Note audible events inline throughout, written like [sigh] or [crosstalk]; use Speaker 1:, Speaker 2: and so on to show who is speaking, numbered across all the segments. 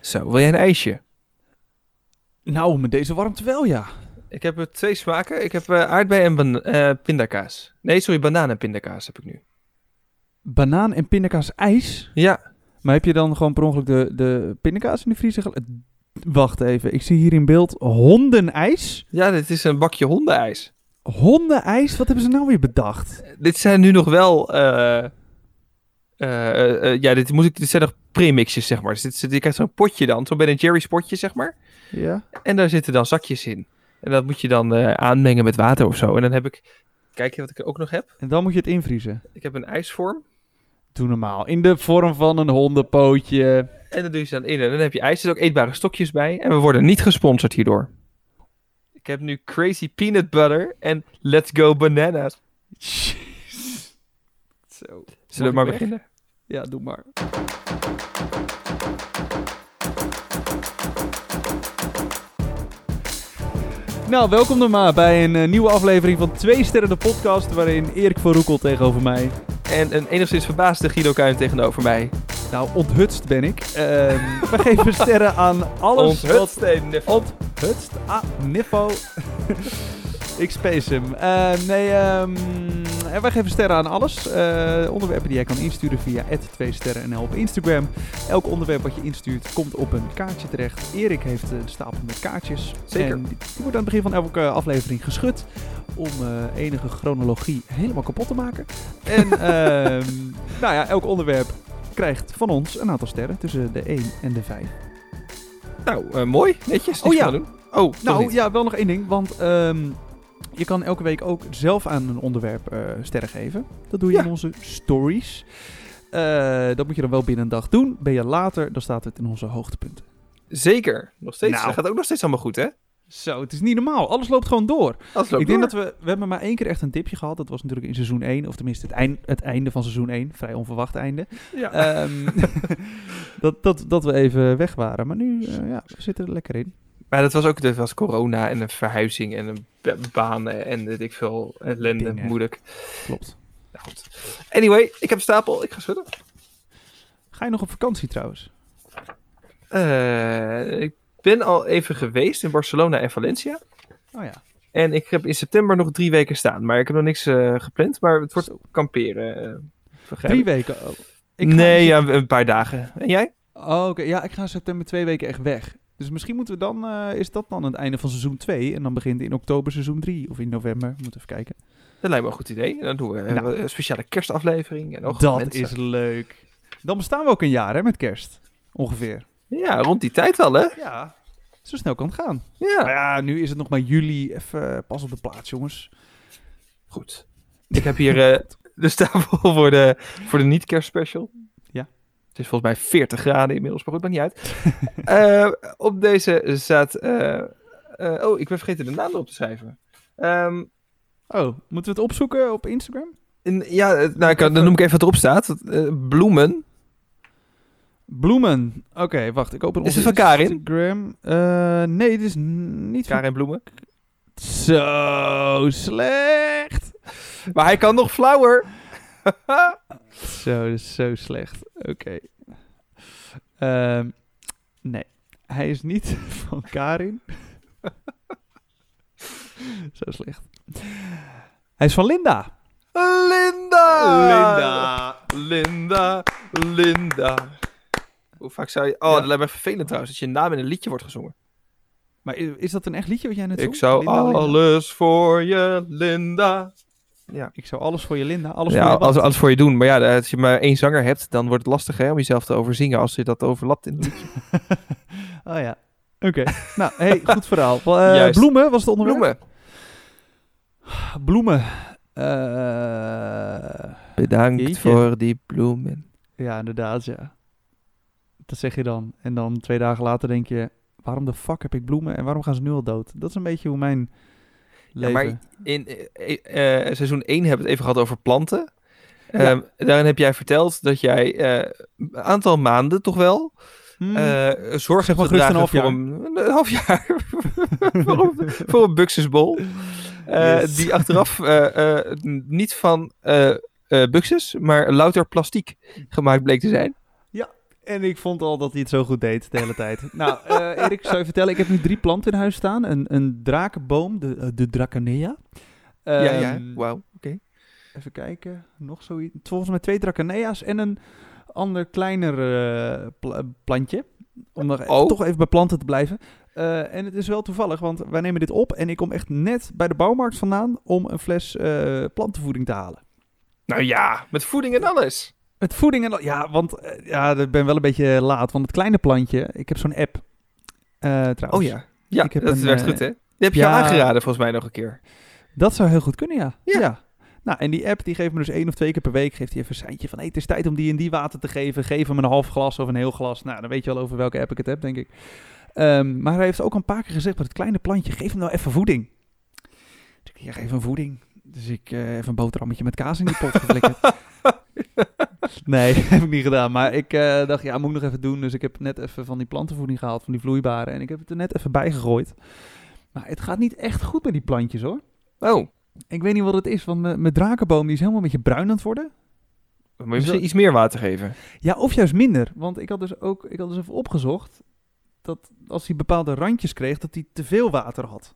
Speaker 1: Zo, wil jij een ijsje?
Speaker 2: Nou, met deze warmte wel, ja.
Speaker 1: Ik heb er twee smaken. Ik heb eh aardbei en ban- eh, pindakaas. Nee, sorry, banaan en pindakaas heb ik nu.
Speaker 2: Banaan en pindakaas ijs.
Speaker 1: Ja,
Speaker 2: Maar heb je dan gewoon per ongeluk de, de pindakaas in de vriezer gel- Eh, Wacht even, ik zie hier in beeld hondenijs.
Speaker 1: ja dit is een bakje hondenijs.
Speaker 2: Hondenijs, wat hebben ze nou weer bedacht?
Speaker 1: Dit zijn nu nog wel... eh, eh, eh, eh, ja, dit, moet ik, dit zijn nog premixjes, zeg maar. Dus dit, zit- je krijgt zo'n potje dan, zo'n Ben Jerry's potje, zeg maar.
Speaker 2: Ja.
Speaker 1: En daar zitten dan zakjes in. En dat moet je dan eh, aanmengen met water of zo. En dan heb ik... Kijk je wat ik ook nog heb?
Speaker 2: En dan moet je het invriezen.
Speaker 1: Ik heb een ijsvorm.
Speaker 2: Doe normaal. In de vorm van een hondenpootje.
Speaker 1: En dat doe je ze dan in. En dan heb je ijs. Er zitten ook eetbare stokjes bij. En we worden niet gesponsord hierdoor. Ik heb nu Crazy Peanut Butter en Let's Go Bananas.
Speaker 2: Zo.
Speaker 1: Zullen we
Speaker 2: Mag
Speaker 1: maar
Speaker 2: ik weg?
Speaker 1: beginnen?
Speaker 2: Ja, doe maar. Nou, welkom dan maar bij een eh, nieuwe aflevering van Twee Sterren de Podcast, waarin Erik van Roekel tegenover mij.
Speaker 1: En een enigszins verbaasde Guido Kuin tegenover mij.
Speaker 2: Nou, onthutst ben ik. Ehm, [laughs] we geven sterren aan alles
Speaker 1: Ons
Speaker 2: wat
Speaker 1: hutsteen.
Speaker 2: Op het ah, niffo. [laughs] ik space hem. Eh, nee, ehm, en wij geven sterren aan alles. Eh, onderwerpen die jij kan insturen via 2sterrennl op Instagram. Elk onderwerp wat je instuurt komt op een kaartje terecht. Erik heeft een stapel met kaartjes.
Speaker 1: Zeker.
Speaker 2: En die die wordt aan het begin van elke aflevering geschud. Om eh, enige chronologie helemaal kapot te maken. En ehm, nou ja, elk onderwerp krijgt van ons een aantal sterren. Tussen de 1 en de 5.
Speaker 1: Nou, eh, mooi. Netjes.
Speaker 2: Oh,
Speaker 1: Niks
Speaker 2: ja.
Speaker 1: van doen. Oh, toch
Speaker 2: Nou
Speaker 1: niet.
Speaker 2: ja, wel nog één ding. Want ehm, je kan elke week ook zelf aan een onderwerp eh, sterren geven. Dat doe je
Speaker 1: Ja.
Speaker 2: in onze stories. Eh, dat moet je dan wel binnen een dag doen. Ben je later, dan staat het in onze hoogtepunten.
Speaker 1: Zeker. Nog steeds.
Speaker 2: Nou.
Speaker 1: Dat gaat ook nog steeds allemaal goed, hè?
Speaker 2: Zo, het is niet normaal. Alles loopt gewoon door.
Speaker 1: Alles loopt
Speaker 2: ik
Speaker 1: door.
Speaker 2: denk dat we... We hebben maar één keer echt een tipje gehad. Dat was natuurlijk in seizoen 1. Of tenminste het, eind, het einde van seizoen 1. Vrij onverwacht einde.
Speaker 1: Ja.
Speaker 2: Ehm,
Speaker 1: [laughs]
Speaker 2: dat, dat, dat we even weg waren. Maar nu, eh, ja, we zitten er lekker in.
Speaker 1: maar dat was ook dat was corona en een verhuizing en een ba- banen en weet ik veel ellende.
Speaker 2: Dingen.
Speaker 1: Moeilijk.
Speaker 2: Klopt.
Speaker 1: Nou, goed. Anyway, ik heb een stapel. Ik ga schudden.
Speaker 2: Ga je nog op vakantie trouwens?
Speaker 1: Eh, ik ben al even geweest in Barcelona en Valencia.
Speaker 2: Oh ja.
Speaker 1: En ik heb in september nog drie weken staan. Maar ik heb nog niks eh, gepland. Maar het wordt kamperen. eh, begrijp
Speaker 2: Drie
Speaker 1: ik.
Speaker 2: weken. Oh. Ik ga
Speaker 1: Nee,
Speaker 2: in
Speaker 1: ja, een paar dagen. En jij?
Speaker 2: Oh, oké. Ja, ik ga in september twee weken echt weg. Dus misschien moeten we dan, eh, is dat dan het einde van seizoen 2 en dan begint in oktober seizoen 3 of in november. We moeten even kijken.
Speaker 1: Dat lijkt me een goed idee. En dan doen we eh,
Speaker 2: Nou.
Speaker 1: een speciale kerstaflevering. En ook
Speaker 2: dat
Speaker 1: mensen.
Speaker 2: is leuk. Dan bestaan we ook een jaar hè, met kerst. Ongeveer.
Speaker 1: Ja, rond die tijd wel, hè?
Speaker 2: Ja. Zo snel kan het gaan. Maar
Speaker 1: Ja.
Speaker 2: ja, nu is het nog maar juli. Even eh, pas op de plaats, jongens.
Speaker 1: Goed. Ik heb hier eh, [laughs] de stapel voor de, voor de niet-kerstspecial.
Speaker 2: Ja.
Speaker 1: Het is volgens mij 40 graden inmiddels, maar goed, maakt niet uit.
Speaker 2: [laughs]
Speaker 1: Eh, op deze staat... eh, eh, oh, ik ben vergeten de naam erop te schrijven. Ehm,
Speaker 2: Oh, moeten we het opzoeken op Instagram?
Speaker 1: in- ja, eh, nou, ik, kan- dan noem ik even wat erop staat. Eh, bloemen.
Speaker 2: Bloemen. Oké, wacht. Ik open
Speaker 1: Is
Speaker 2: onze
Speaker 1: het van Karin?
Speaker 2: Instagram. Eh, nee, dit is n- niet van...
Speaker 1: Karin Bloemen.
Speaker 2: Zo slecht.
Speaker 1: Maar hij kan nog flauwer.
Speaker 2: Zo, dat is zo slecht. Oké. Ehm, nee, hij is niet [laughs] van Karin. [laughs] zo slecht. Hij is van Linda.
Speaker 1: Linda!
Speaker 2: Linda.
Speaker 1: Linda, Linda. Hoe vaak zou je... Oh,
Speaker 2: Ja.
Speaker 1: dat lijkt me vervelend trouwens, dat je naam in een liedje wordt gezongen.
Speaker 2: Maar i- is dat een echt liedje wat jij net zong?
Speaker 1: ik zou
Speaker 2: Linda, Linda.
Speaker 1: alles voor je, Linda.
Speaker 2: Ik zou alles voor je, Linda. Alles
Speaker 1: ja,
Speaker 2: voor je. wat?
Speaker 1: alles, alles voor je doen. Maar ja, als je maar één zanger hebt, dan wordt het lastig hè, om jezelf te overzingen als je dat overlapt in de
Speaker 2: Oh ja.
Speaker 1: [laughs]
Speaker 2: Oké. nou, hey, goed verhaal. Eh,
Speaker 1: Juist.
Speaker 2: bloemen was het onderwerp.
Speaker 1: bloemen.
Speaker 2: Bloemen. Eh,
Speaker 1: Bedankt
Speaker 2: Jeetje.
Speaker 1: voor die bloemen.
Speaker 2: ja, inderdaad, ja. Dat zeg je dan. En dan twee dagen later denk je... Waarom de fuck heb ik bloemen en waarom gaan ze nu al dood? Dat is een beetje hoe mijn
Speaker 1: Ja,
Speaker 2: leven...
Speaker 1: maar In eh, eh, eh, seizoen 1 hebben we het even gehad over planten.
Speaker 2: Ja.
Speaker 1: Ehm, daarin heb jij verteld dat jij eh, een aantal maanden toch wel
Speaker 2: Hmm, [laughs]
Speaker 1: eh zorg
Speaker 2: Zeg maar
Speaker 1: hebt gedragen
Speaker 2: gerust
Speaker 1: voor
Speaker 2: een half
Speaker 1: een, een half jaar. [laughs] voor
Speaker 2: [laughs]
Speaker 1: een, voor een buxusbol. Eh,
Speaker 2: Yes.
Speaker 1: Die achteraf eh, eh, n- niet van eh eh, buxus, maar louter plastiek gemaakt bleek te zijn.
Speaker 2: En ik vond al dat hij het zo goed deed de hele [laughs] tijd. Nou, eh, Erik, ik zou je vertellen, ik heb nu drie planten in huis staan. Een, een drakenboom, de, eh, de Draconea.
Speaker 1: ja, ja.
Speaker 2: Ehm,
Speaker 1: Wauw, oké.
Speaker 2: Even kijken, nog zoiets. Volgens mij twee Draconea's en een ander kleiner eh, pla- plantje. Om nog e-,
Speaker 1: Oh.
Speaker 2: toch even bij planten te blijven. Eh, en het is wel toevallig, want wij nemen dit op en ik kom echt net bij de bouwmarkt vandaan om een fles eh, plantenvoeding te halen.
Speaker 1: Nou ja, met voeding en alles.
Speaker 2: Het voeding en al- ja, want eh, ja, ik ben wel een beetje laat, want het kleine plantje, ik heb zo'n app. Eh, trouwens.
Speaker 1: Oh ja. Ja,
Speaker 2: Ik heb
Speaker 1: dat
Speaker 2: een,
Speaker 1: werkt
Speaker 2: eh,
Speaker 1: goed, hè? Die heb je
Speaker 2: ja.
Speaker 1: al aangeraden, volgens mij nog een keer.
Speaker 2: Dat zou heel goed kunnen, ja.
Speaker 1: Ja.
Speaker 2: Nou, en die app die geeft me dus één of twee keer per week geeft die even een seintje van... Hey, het is tijd om die en die water te geven. Geef hem een half glas of een heel glas. Nou, dan weet je wel over welke app ik het heb, denk ik. Ehm, maar hij heeft ook een paar keer gezegd met het kleine plantje... geef hem nou even voeding. Dus ik, ja, geef hem voeding. Dus ik eh even een boterhammetje met kaas in die pot geflikkerd. nee, [laughs] heb ik niet gedaan. Maar ik eh, dacht, ja, moet ik nog even doen. Dus ik heb net even van die plantenvoeding gehaald, van die vloeibare. En ik heb het er net even bij gegooid. Maar het gaat niet echt goed met die plantjes, hoor.
Speaker 1: Oh,
Speaker 2: Ik weet niet wat het is, want mijn, mijn drakenboom die is helemaal een beetje bruin aan het worden.
Speaker 1: dan moet je misschien iets meer water geven.
Speaker 2: Ja, of juist minder. Want ik had dus ook, ik had dus even opgezocht dat als hij bepaalde randjes kreeg, dat hij te veel water had.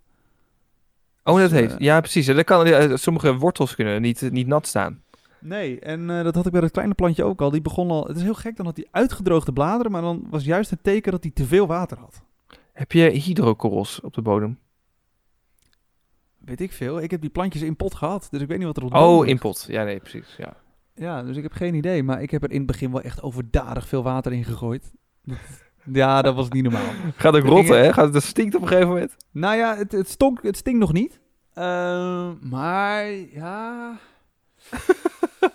Speaker 1: Oh, dat
Speaker 2: Dus,
Speaker 1: heet.
Speaker 2: eh,
Speaker 1: Ja, precies. Dat kan, eh, sommige wortels kunnen niet, niet nat staan.
Speaker 2: Nee, en eh, dat had ik bij dat kleine plantje ook al. Die begon al, het is heel gek, dan had hij uitgedroogde bladeren, maar dan was juist het teken dat hij te veel water had.
Speaker 1: Heb je hydrokorrels op de bodem?
Speaker 2: Weet ik veel. Ik heb die plantjes in pot gehad, dus ik weet niet wat er op de bodem
Speaker 1: Oh,
Speaker 2: ligt.
Speaker 1: in pot. Ja, nee, precies. Ja.
Speaker 2: Ja, dus ik heb geen idee, maar ik heb er in het begin wel echt overdadig veel water in gegooid. Dat- ja, dat was niet normaal.
Speaker 1: Gaat ook
Speaker 2: Er gingen-
Speaker 1: rotten, hè? Gaat, dat stinkt op een gegeven moment.
Speaker 2: Nou ja, het, het, stonk, het stinkt nog niet. Ehm, maar ja.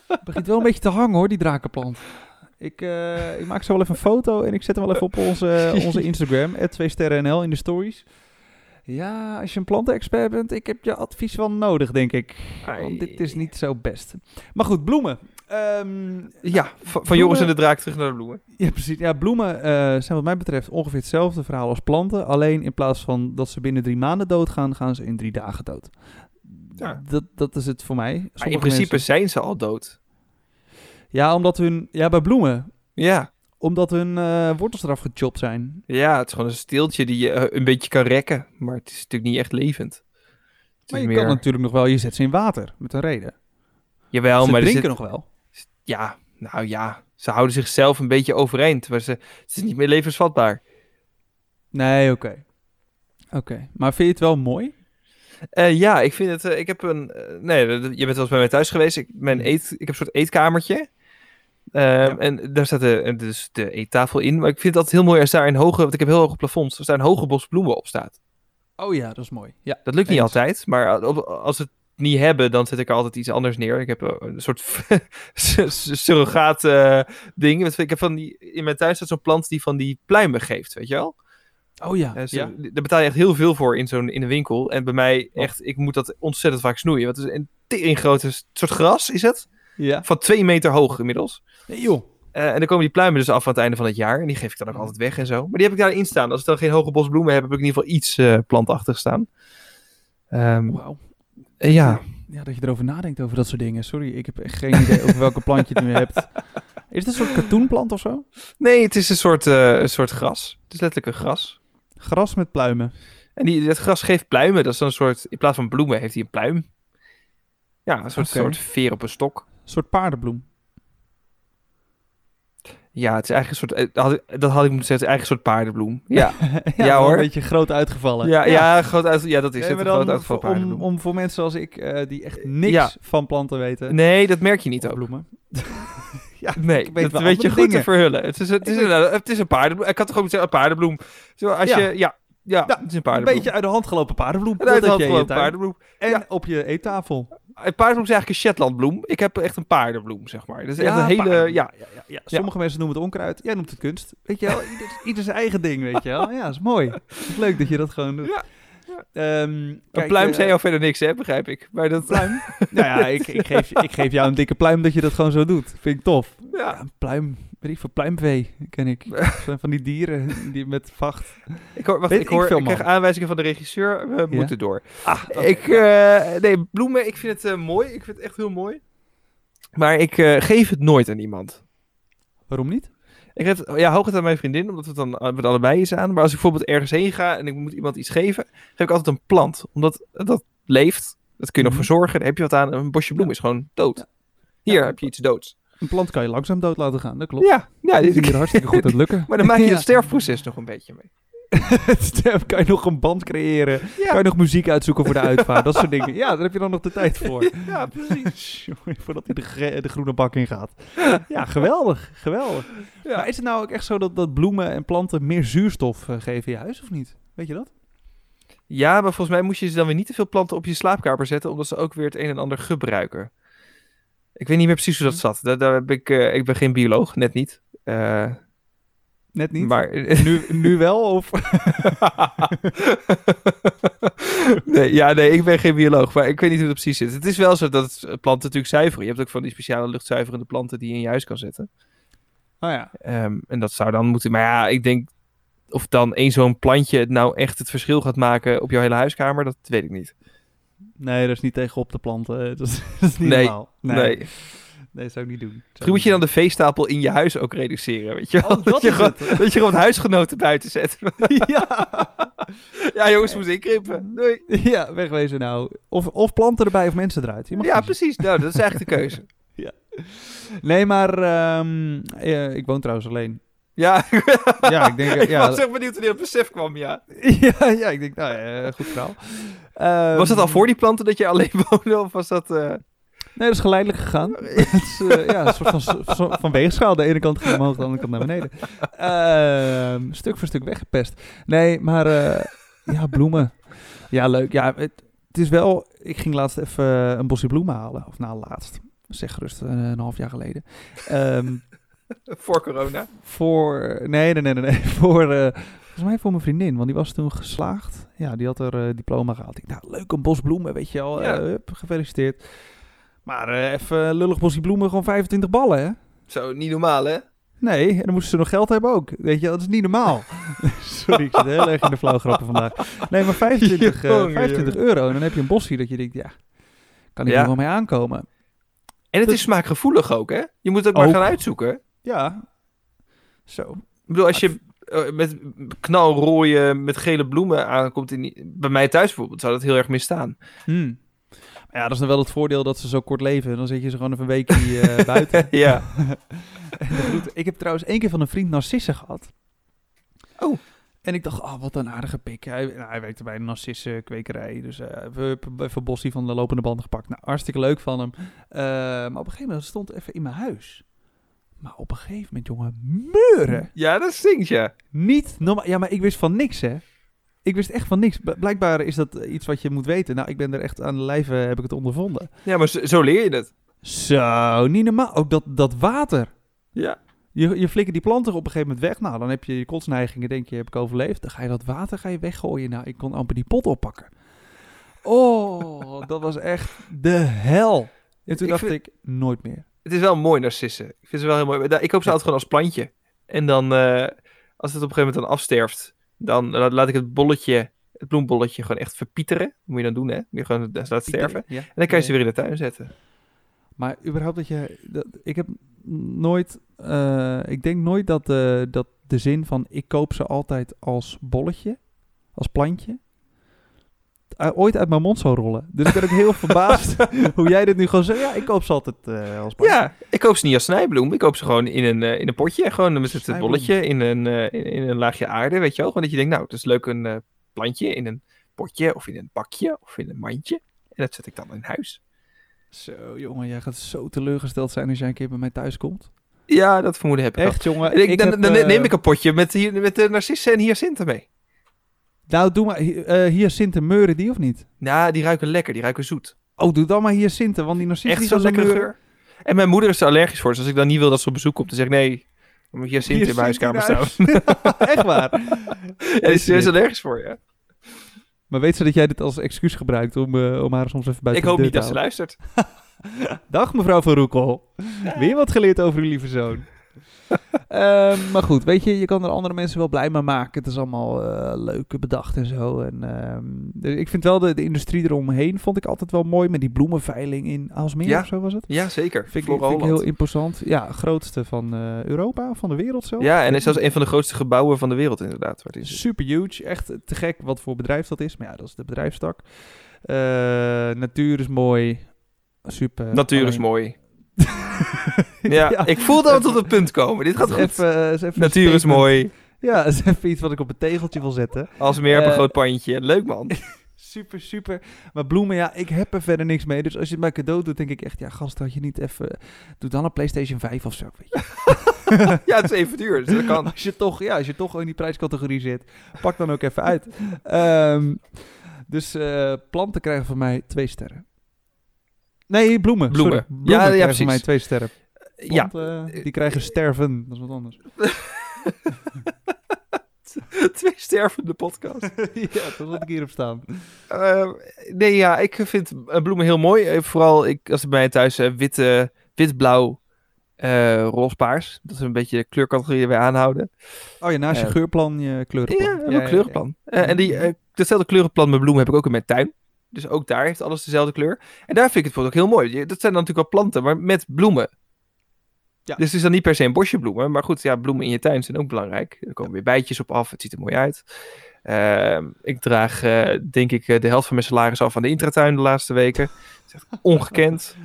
Speaker 2: het begint wel een beetje te hangen hoor, die drakenplant. Ik, eh, ik maak zo wel even een foto en ik zet hem wel even op onze, onze Instagram, 2sterrennl in de stories. Ja, als je een plantenexpert bent, ik heb je advies wel nodig, denk ik. Want dit is niet zo best. Maar goed, bloemen. Ehm,
Speaker 1: Ja, van- van,
Speaker 2: Bloemen-
Speaker 1: Joris en de Draak terug naar de bloemen.
Speaker 2: ja, precies. Ja, bloemen eh, zijn wat mij betreft ongeveer hetzelfde verhaal als planten. Alleen in plaats van dat ze binnen drie maanden doodgaan, gaan ze in drie dagen dood.
Speaker 1: Ja.
Speaker 2: Dat, dat is het voor mij.
Speaker 1: Maar
Speaker 2: Sommige
Speaker 1: in principe
Speaker 2: mensen-
Speaker 1: zijn ze al dood.
Speaker 2: ja, omdat hun... Ja, bij bloemen.
Speaker 1: Ja.
Speaker 2: Omdat hun eh, wortels eraf gechopt zijn.
Speaker 1: ja, het is gewoon een steeltje die je eh, een beetje kan rekken. Maar het is natuurlijk niet echt levend. Het
Speaker 2: Maar
Speaker 1: is
Speaker 2: je
Speaker 1: meer-
Speaker 2: kan natuurlijk nog wel... Je zet ze in water, met een reden.
Speaker 1: Jawel,
Speaker 2: ze
Speaker 1: Oh, maar er
Speaker 2: drinken
Speaker 1: zit-
Speaker 2: nog wel.
Speaker 1: Ja, nou ja. Ze houden zichzelf een beetje overeind. Maar ze, het is niet meer levensvatbaar.
Speaker 2: Nee, oké. Oké. Maar vind je het wel mooi?
Speaker 1: Eh, ja, ik vind het... eh, ik heb een... eh, nee, dat- je bent wel eens bij mij thuis geweest. Ik, mijn
Speaker 2: Hmm.
Speaker 1: eet, ik heb een soort eetkamertje. Ehm, En daar staat de, eh, dus de eettafel in. Maar ik vind dat heel mooi als daar een hoge... Want ik heb heel hoge plafonds. Als daar een hoge bos bloemen op staat.
Speaker 2: Oh ja, dat is mooi. Ja.
Speaker 1: Dat lukt niet
Speaker 2: Eens.
Speaker 1: altijd, maar op- als we het niet hebben, dan zet ik er altijd iets anders neer. Ik heb eh, een soort [laughs] su- su- surrogaat eh, ding. Want Ik heb van die, in mijn tuin staat zo'n plant die van die pluimen geeft, weet je wel?
Speaker 2: Oh ja.
Speaker 1: Eh, zo-
Speaker 2: ja.
Speaker 1: Daar betaal je echt heel veel voor in, zo'n, in de winkel. En bij mij
Speaker 2: Oh.
Speaker 1: echt, ik moet dat ontzettend vaak snoeien. Want het is een tering grote s- soort gras, is het?
Speaker 2: ja.
Speaker 1: Van twee meter hoog inmiddels.
Speaker 2: Nee, joh.
Speaker 1: Eh, en dan komen die pluimen dus af aan het einde van het jaar. En die geef ik dan ook
Speaker 2: Mm.
Speaker 1: altijd weg en zo. Maar die heb ik daarin staan. Als ik dan geen hoge bosbloemen heb, heb ik in ieder geval iets eh, plantachtig staan. Ehm,
Speaker 2: Wauw.
Speaker 1: eh, ja,
Speaker 2: Ja, dat je erover nadenkt over dat soort dingen. Sorry, ik heb echt geen idee over welke plant je het nu
Speaker 1: [laughs]
Speaker 2: hebt. Is het een soort katoenplant of zo?
Speaker 1: Nee, het is een soort, eh, een soort gras. Het is letterlijk een gras.
Speaker 2: Gras met pluimen.
Speaker 1: En die, dat gras geeft pluimen. Dat is dan een soort, in plaats van bloemen heeft hij een pluim. Ja, een soort,
Speaker 2: Oké.
Speaker 1: soort veer op een stok.
Speaker 2: Een soort paardenbloem. [laughs]
Speaker 1: Ja, het is eigenlijk een soort, eh, dat had ik- dat had ik moeten zeggen, het is eigenlijk een soort paardenbloem. Ja, Ja,
Speaker 2: wel
Speaker 1: hoor.
Speaker 2: Een beetje groot [laughs] uitgevallen.
Speaker 1: ja, ja, groot uit, ja dat is
Speaker 2: Nee,
Speaker 1: het.
Speaker 2: maar
Speaker 1: een groot
Speaker 2: dan
Speaker 1: uitval
Speaker 2: voor- om,
Speaker 1: paardenbloem.
Speaker 2: om voor mensen als ik, eh, die echt niks
Speaker 1: Ja.
Speaker 2: van planten weten.
Speaker 1: Nee, dat merk je niet
Speaker 2: of
Speaker 1: ook.
Speaker 2: bloemen.
Speaker 1: Nee,
Speaker 2: weet
Speaker 1: dat
Speaker 2: wel
Speaker 1: weet je
Speaker 2: andere
Speaker 1: goed te
Speaker 2: dingen.
Speaker 1: verhullen. Het is, het, is
Speaker 2: Ik weet-
Speaker 1: een, het is een paardenbloem. Ik had toch ook moeten zeggen, een paardenbloem. Zo, als
Speaker 2: Ja.
Speaker 1: je, ja, ja,
Speaker 2: Ja,
Speaker 1: het is een
Speaker 2: Een
Speaker 1: paardenbloem.
Speaker 2: beetje uit de hand gelopen paardenbloem.
Speaker 1: En uit had
Speaker 2: Dat had je in je
Speaker 1: gewoon een
Speaker 2: tuin.
Speaker 1: paardenbloem.
Speaker 2: En
Speaker 1: Ja.
Speaker 2: op je eettafel.
Speaker 1: Een paardenbloem is eigenlijk een Shetlandbloem. Ik heb echt een paardenbloem, zeg maar. Dat is echt
Speaker 2: Ja,
Speaker 1: een hele,
Speaker 2: paardenbloem.
Speaker 1: ja,
Speaker 2: Ja, sommige mensen noemen het onkruid. Jij noemt het kunst. Weet je wel,
Speaker 1: [laughs]
Speaker 2: ieder, ieder zijn eigen ding, weet je wel. Ja, dat is mooi. Het is leuk dat je dat gewoon doet.
Speaker 1: Ja,
Speaker 2: Ehm, kijk,
Speaker 1: een pluim
Speaker 2: eh,
Speaker 1: zei jou verder niks, hè, begrijp ik. Maar
Speaker 2: [laughs]
Speaker 1: dat,
Speaker 2: pluim. [laughs] nou ja, ik, ik, geef, ik geef jou een dikke pluim dat je dat gewoon zo doet. Vind ik tof. Ja,
Speaker 1: ja.
Speaker 2: een pluim. Weet ik veel, pluimvee ken
Speaker 1: [laughs]
Speaker 2: ik. Dat zijn van die dieren die met vacht.
Speaker 1: Ik hoor, wacht,
Speaker 2: Weet
Speaker 1: ik,
Speaker 2: ik
Speaker 1: hoor
Speaker 2: veel,
Speaker 1: ik krijg
Speaker 2: man.
Speaker 1: aanwijzingen van de regisseur. We
Speaker 2: Ja.
Speaker 1: moeten door.
Speaker 2: Ah,
Speaker 1: Ik, eh, nee, bloemen, ik vind het eh, mooi. Ik vind het echt heel mooi. Maar ik eh, geef het nooit aan iemand.
Speaker 2: Waarom niet?
Speaker 1: Ik geef het- ja, hoog het aan mijn vriendin, omdat we het dan eh, met allebei is aan. Maar als ik bijvoorbeeld ergens heen ga en ik moet iemand iets geven, geef ik altijd een plant. Omdat dat leeft, dat kun je nog
Speaker 2: Mhm.
Speaker 1: verzorgen, daar heb je wat aan. Een bosje bloem
Speaker 2: Ja.
Speaker 1: is gewoon dood.
Speaker 2: Ja,
Speaker 1: Hier
Speaker 2: dat
Speaker 1: heb je iets doods.
Speaker 2: Een plant kan je langzaam dood laten gaan, dat klopt.
Speaker 1: Ja, ja
Speaker 2: dat
Speaker 1: dit,
Speaker 2: is hier hartstikke goed dat lukken.
Speaker 1: [laughs] maar dan maak je dus-
Speaker 2: Ja. [laughs]
Speaker 1: het sterfproces nog een beetje mee.
Speaker 2: Het sterf- kan je nog een band creëren. Kan
Speaker 1: Ja,
Speaker 2: je nog muziek uitzoeken voor de uitvaart, dat soort dingen. Ja, daar heb je dan nog de tijd voor.
Speaker 1: [laughs] ja precies.
Speaker 2: [laughs] Jongen, Voordat hij de, gre- de groene bak in gaat. Ja, geweldig, geweldig.
Speaker 1: Ja.
Speaker 2: Maar is het nou ook echt zo dat, dat bloemen en planten meer zuurstof eh, geven in je huis of niet? Weet je dat?
Speaker 1: Ja, maar volgens mij moest je ze dan weer niet te veel planten op je slaapkamer zetten, omdat ze ook weer het een en ander gebruiken. Ik weet niet meer precies hoe dat zat. Daar, daar heb ik, eh, ik ben geen bioloog, net niet. Eh,
Speaker 2: Net niet.
Speaker 1: Maar [laughs]
Speaker 2: Nu, nu wel of? [laughs] Oh
Speaker 1: nee, ja, nee, ik ben geen bioloog, maar ik weet niet hoe dat precies zit. Het is wel zo dat planten natuurlijk zuiveren. Je hebt ook van die speciale luchtzuiverende planten die je in je huis kan zetten.
Speaker 2: Oh ja.
Speaker 1: Ehm, en dat zou dan moeten. Maar ja, ik denk of dan één zo'n plantje het nou echt het verschil gaat maken op jouw hele huiskamer, dat weet ik niet.
Speaker 2: Nee, dat is niet tegenop te planten. eh, Dat is, [laughs] dat is niet
Speaker 1: Nee,
Speaker 2: normaal.
Speaker 1: Nee.
Speaker 2: Nee, zou ik niet doen. Zou ik
Speaker 1: Misschien moet
Speaker 2: niet
Speaker 1: je dan
Speaker 2: doen.
Speaker 1: de veestapel in je huis ook reduceren, weet je wel?
Speaker 2: Oh, dat
Speaker 1: je
Speaker 2: is
Speaker 1: gewoon,
Speaker 2: het.
Speaker 1: [laughs] dat je gewoon huisgenoten buiten zet. [laughs]
Speaker 2: ja.
Speaker 1: ja, jongens, moest inkrimpen. Doei.
Speaker 2: ja, wegwezen nou. Of, of planten erbij of mensen eruit. Je mag dus.
Speaker 1: Ja,
Speaker 2: kiezen.
Speaker 1: precies. Nou, dat is eigenlijk de
Speaker 2: [laughs]
Speaker 1: keuze.
Speaker 2: Nee, maar ehm, eh, ik woon trouwens alleen. [laughs]
Speaker 1: Ja,
Speaker 2: Ja,
Speaker 1: [laughs]
Speaker 2: ik denk... eh,
Speaker 1: ik
Speaker 2: ja,
Speaker 1: was echt benieuwd wanneer het besef kwam, ja.
Speaker 2: ja, ja, ik denk, nou ja, goed verhaal. Ehm,
Speaker 1: Was dat al voor die planten dat je alleen [laughs] woonde? Of was dat. eh,
Speaker 2: Nee, dat is geleidelijk gegaan. Het is, eh, ja, een soort van, zo- van weegschaal. De ene kant ging omhoog, de andere kant naar beneden. Ehm, stuk voor stuk weggepest. Nee, maar eh, ja, bloemen. Ja, leuk. Ja, het, het is wel... Ik ging laatst even eh, een bosje bloemen halen. Of nou, laatst. Zeg gerust eh, een half jaar geleden. Ehm,
Speaker 1: voor corona?
Speaker 2: voor... Nee, nee, nee, nee. [laughs] nee. Voor... eh, Volgens mij voor mijn vriendin, want die was toen geslaagd. Ja, die had haar eh, diploma gehaald. Ik dacht, nou, leuk, een bos bloemen, weet je al.
Speaker 1: Ja.
Speaker 2: gefeliciteerd. Maar eh, even een lullig bosje bloemen, gewoon 25 ballen, hè?
Speaker 1: Zo, niet normaal, hè?
Speaker 2: Nee, en dan moesten ze nog geld hebben ook. Weet je, dat is niet normaal. [laughs] Sorry, ik zit heel erg in de flauwgrappen vandaag. Nee, maar 25, eh,
Speaker 1: Jongen,
Speaker 2: 25 euro. En dan heb je een bosje dat je denkt, ja, kan ik
Speaker 1: Ja.
Speaker 2: er wel mee aankomen?
Speaker 1: En het
Speaker 2: Dat-
Speaker 1: is smaakgevoelig ook, hè? Je moet het ook maar
Speaker 2: Dus- Ook.
Speaker 1: gaan uitzoeken.
Speaker 2: Ja. Zo.
Speaker 1: Ik bedoel, als je eh, met knalrooie, met gele bloemen aankomt. In, bij mij thuis bijvoorbeeld, zou dat heel erg misstaan.
Speaker 2: Hmm. Maar ja, dat is dan wel het voordeel dat ze zo kort leven. Dan zet je ze gewoon even een
Speaker 1: [laughs]
Speaker 2: weekje eh, buiten. [laughs]
Speaker 1: Ja.
Speaker 2: Goed, ik heb trouwens één keer van een vriend narcissen gehad.
Speaker 1: Oh.
Speaker 2: En ik dacht, oh, wat een aardige pik. Hij, nou, hij werkte bij een narcissenkwekerij. Dus eh, we hebben even Bossie van de lopende band gepakt. Nou, hartstikke leuk van hem. Eh, maar op een gegeven moment stond het even in mijn huis. Maar op een gegeven moment, jongen, meuren.
Speaker 1: ja, dat stinkt, ja.
Speaker 2: Niet normaal. Ja, maar ik wist van niks, hè. Ik wist echt van niks. B- Blijkbaar is dat eh, iets wat je moet weten. Nou, ik ben er echt aan de lijve, heb ik het ondervonden.
Speaker 1: Ja, maar zo, zo leer je het.
Speaker 2: Zo, niet normaal. Ook dat, dat water.
Speaker 1: Ja.
Speaker 2: Je, je flikkert die planten op een gegeven moment weg. Nou, dan heb je je kotsneigingen, denk je, heb ik overleefd. Dan ga je dat water ga je weggooien. Nou, ik kon amper die pot oppakken. Oh, dat was echt de hel. En toen
Speaker 1: Ik
Speaker 2: dacht
Speaker 1: vind-
Speaker 2: ik, nooit meer.
Speaker 1: Het is wel mooi, narcissen. Ik vind ze wel heel mooi. Nou, Ik koop ze altijd gewoon als plantje. En dan, eh, als het op een gegeven moment dan afsterft, dan la- laat ik het bolletje, het bloembolletje, gewoon echt verpieteren. Dat moet je dan doen, hè? Moet je gewoon laat het sterven.
Speaker 2: Ja.
Speaker 1: En dan kan je ze weer in de tuin zetten.
Speaker 2: Maar überhaupt dat je... Dat, ik heb nooit... eh, ik denk nooit dat, de dat de zin van ik koop ze altijd als bolletje, als plantje, eh, ooit uit mijn mond zou rollen. Dus ik ben ook
Speaker 1: [laughs]
Speaker 2: heel verbaasd hoe jij dit nu gewoon zegt. Ja, ik koop ze altijd eh, als plantje.
Speaker 1: Ja, ik koop ze niet als snijbloem. Ik koop ze gewoon in een, eh, in een potje. Gewoon met het
Speaker 2: Snijbloem.
Speaker 1: bolletje in een, eh, in, in een laagje aarde, weet je wel. Gewoon dat je denkt, nou, het is leuk een eh, plantje in een potje of in een bakje of in een mandje. En dat zet ik dan in huis.
Speaker 2: Zo, jongen, jij gaat zo teleurgesteld zijn als jij een keer bij mij thuis komt.
Speaker 1: Ja, dat vermoeden heb ik wel.
Speaker 2: Echt, jongen.
Speaker 1: Ik, dan
Speaker 2: heb,
Speaker 1: dan
Speaker 2: eh,
Speaker 1: neem ik een potje met, hier, met de narcissen en hyacinten mee.
Speaker 2: Nou, doe maar hi- eh, hyacinthe meuren die of niet?
Speaker 1: Nou, die ruiken lekker, die ruiken zoet.
Speaker 2: Oh, doe dan maar hyacinthe, want die narcist
Speaker 1: Echt zo'n lekkere geur. En mijn moeder is er allergisch voor, dus als ik dan niet wil dat ze op bezoek komt, dan zeg ik nee, dan moet hyacinten in mijn huiskamer staan.
Speaker 2: [laughs] Echt waar.
Speaker 1: Ja, die is er allergisch voor, ja.
Speaker 2: Maar weet ze dat jij dit als excuus gebruikt om, eh, om haar soms even
Speaker 1: Ik
Speaker 2: buiten
Speaker 1: hoop
Speaker 2: de deur
Speaker 1: niet
Speaker 2: te
Speaker 1: dat ze luistert.
Speaker 2: houden?
Speaker 1: [laughs]
Speaker 2: Dag mevrouw Van Roekel. Weer wat geleerd over uw lieve zoon. Ehm, maar goed, weet je, je kan er andere mensen wel blij mee maken. Het is allemaal eh, leuke bedacht en zo. En, ehm, dus ik vind wel de, de industrie eromheen vond ik altijd wel mooi. Met die bloemenveiling in Aalsmeer
Speaker 1: Ja.
Speaker 2: of zo was het.
Speaker 1: Ja, zeker.
Speaker 2: Vind ik,
Speaker 1: Flora
Speaker 2: vind ik heel
Speaker 1: Holland.
Speaker 2: imposant. Ja, grootste van eh, Europa, van de wereld zelf.
Speaker 1: Ja, en het is zelfs een van de grootste gebouwen van de wereld inderdaad. Waar die zit.
Speaker 2: Super huge. Echt te gek wat voor bedrijf dat is. Maar ja, dat is de bedrijfstak. Eh, natuur is mooi. Super.
Speaker 1: Natuur is
Speaker 2: alleen- [laughs]
Speaker 1: mooi. ja,
Speaker 2: Ja.
Speaker 1: ik voel dat we tot het punt komen. Dit gaat
Speaker 2: Is
Speaker 1: goed.
Speaker 2: Even, eh, is even een
Speaker 1: Natuur is
Speaker 2: statement.
Speaker 1: mooi.
Speaker 2: Ja, [laughs] dat is even iets wat ik op een tegeltje wil zetten.
Speaker 1: Als meer op een
Speaker 2: Eh,
Speaker 1: groot pandje. Leuk man.
Speaker 2: Super, super. Maar bloemen, ja, ik heb er verder niks mee. Dus als je het mij cadeau doet, denk ik echt, ja, gast, had je niet even... Doe dan een PlayStation 5 of zo, weet je.
Speaker 1: ja, het is even duur, dus dat kan.
Speaker 2: [laughs] Als je toch, ja, als je toch in die prijscategorie zit, pak dan ook even uit. Ehm, dus eh, planten krijgen van mij twee sterren. Nee, bloemen.
Speaker 1: Bloemen.
Speaker 2: sorry.
Speaker 1: Ja,
Speaker 2: bloemen
Speaker 1: ja,
Speaker 2: krijgen van
Speaker 1: precies.
Speaker 2: mij twee sterren.
Speaker 1: Ja,
Speaker 2: Planten, die krijgen sterven. Dat is wat
Speaker 1: [laughs]
Speaker 2: anders.
Speaker 1: twee stervende podcast.
Speaker 2: ja, dat is wat ik hierop staan.
Speaker 1: Eh, nee, ja, ik vind eh, bloemen heel mooi. Eh, vooral ik, als ik bij mij thuis heb, wit, eh, wit-blauw, eh roze-paars. Dat is een beetje de kleurcategorie die wij aanhouden.
Speaker 2: Oh ja, naast je
Speaker 1: Eh,
Speaker 2: geurplan, je kleurenplan.
Speaker 1: Ja, een kleurenplan. Eh, en die, eh, hetzelfde kleurenplan met bloemen heb ik ook in mijn tuin. Dus ook daar heeft alles dezelfde kleur. En daar vind ik het bijvoorbeeld ook heel mooi. Je- Dat zijn dan natuurlijk wel planten, maar met bloemen.
Speaker 2: Ja.
Speaker 1: Dus het is dan niet per se een bosje bloemen. Maar goed, ja, bloemen in je tuin zijn ook belangrijk. Er komen weer bijtjes op af. Het ziet er mooi uit. Ehm, ik draag, eh, denk ik, eh, de helft van mijn salaris af aan de intratuin de laatste weken. Dat [laughs] is echt ongekend.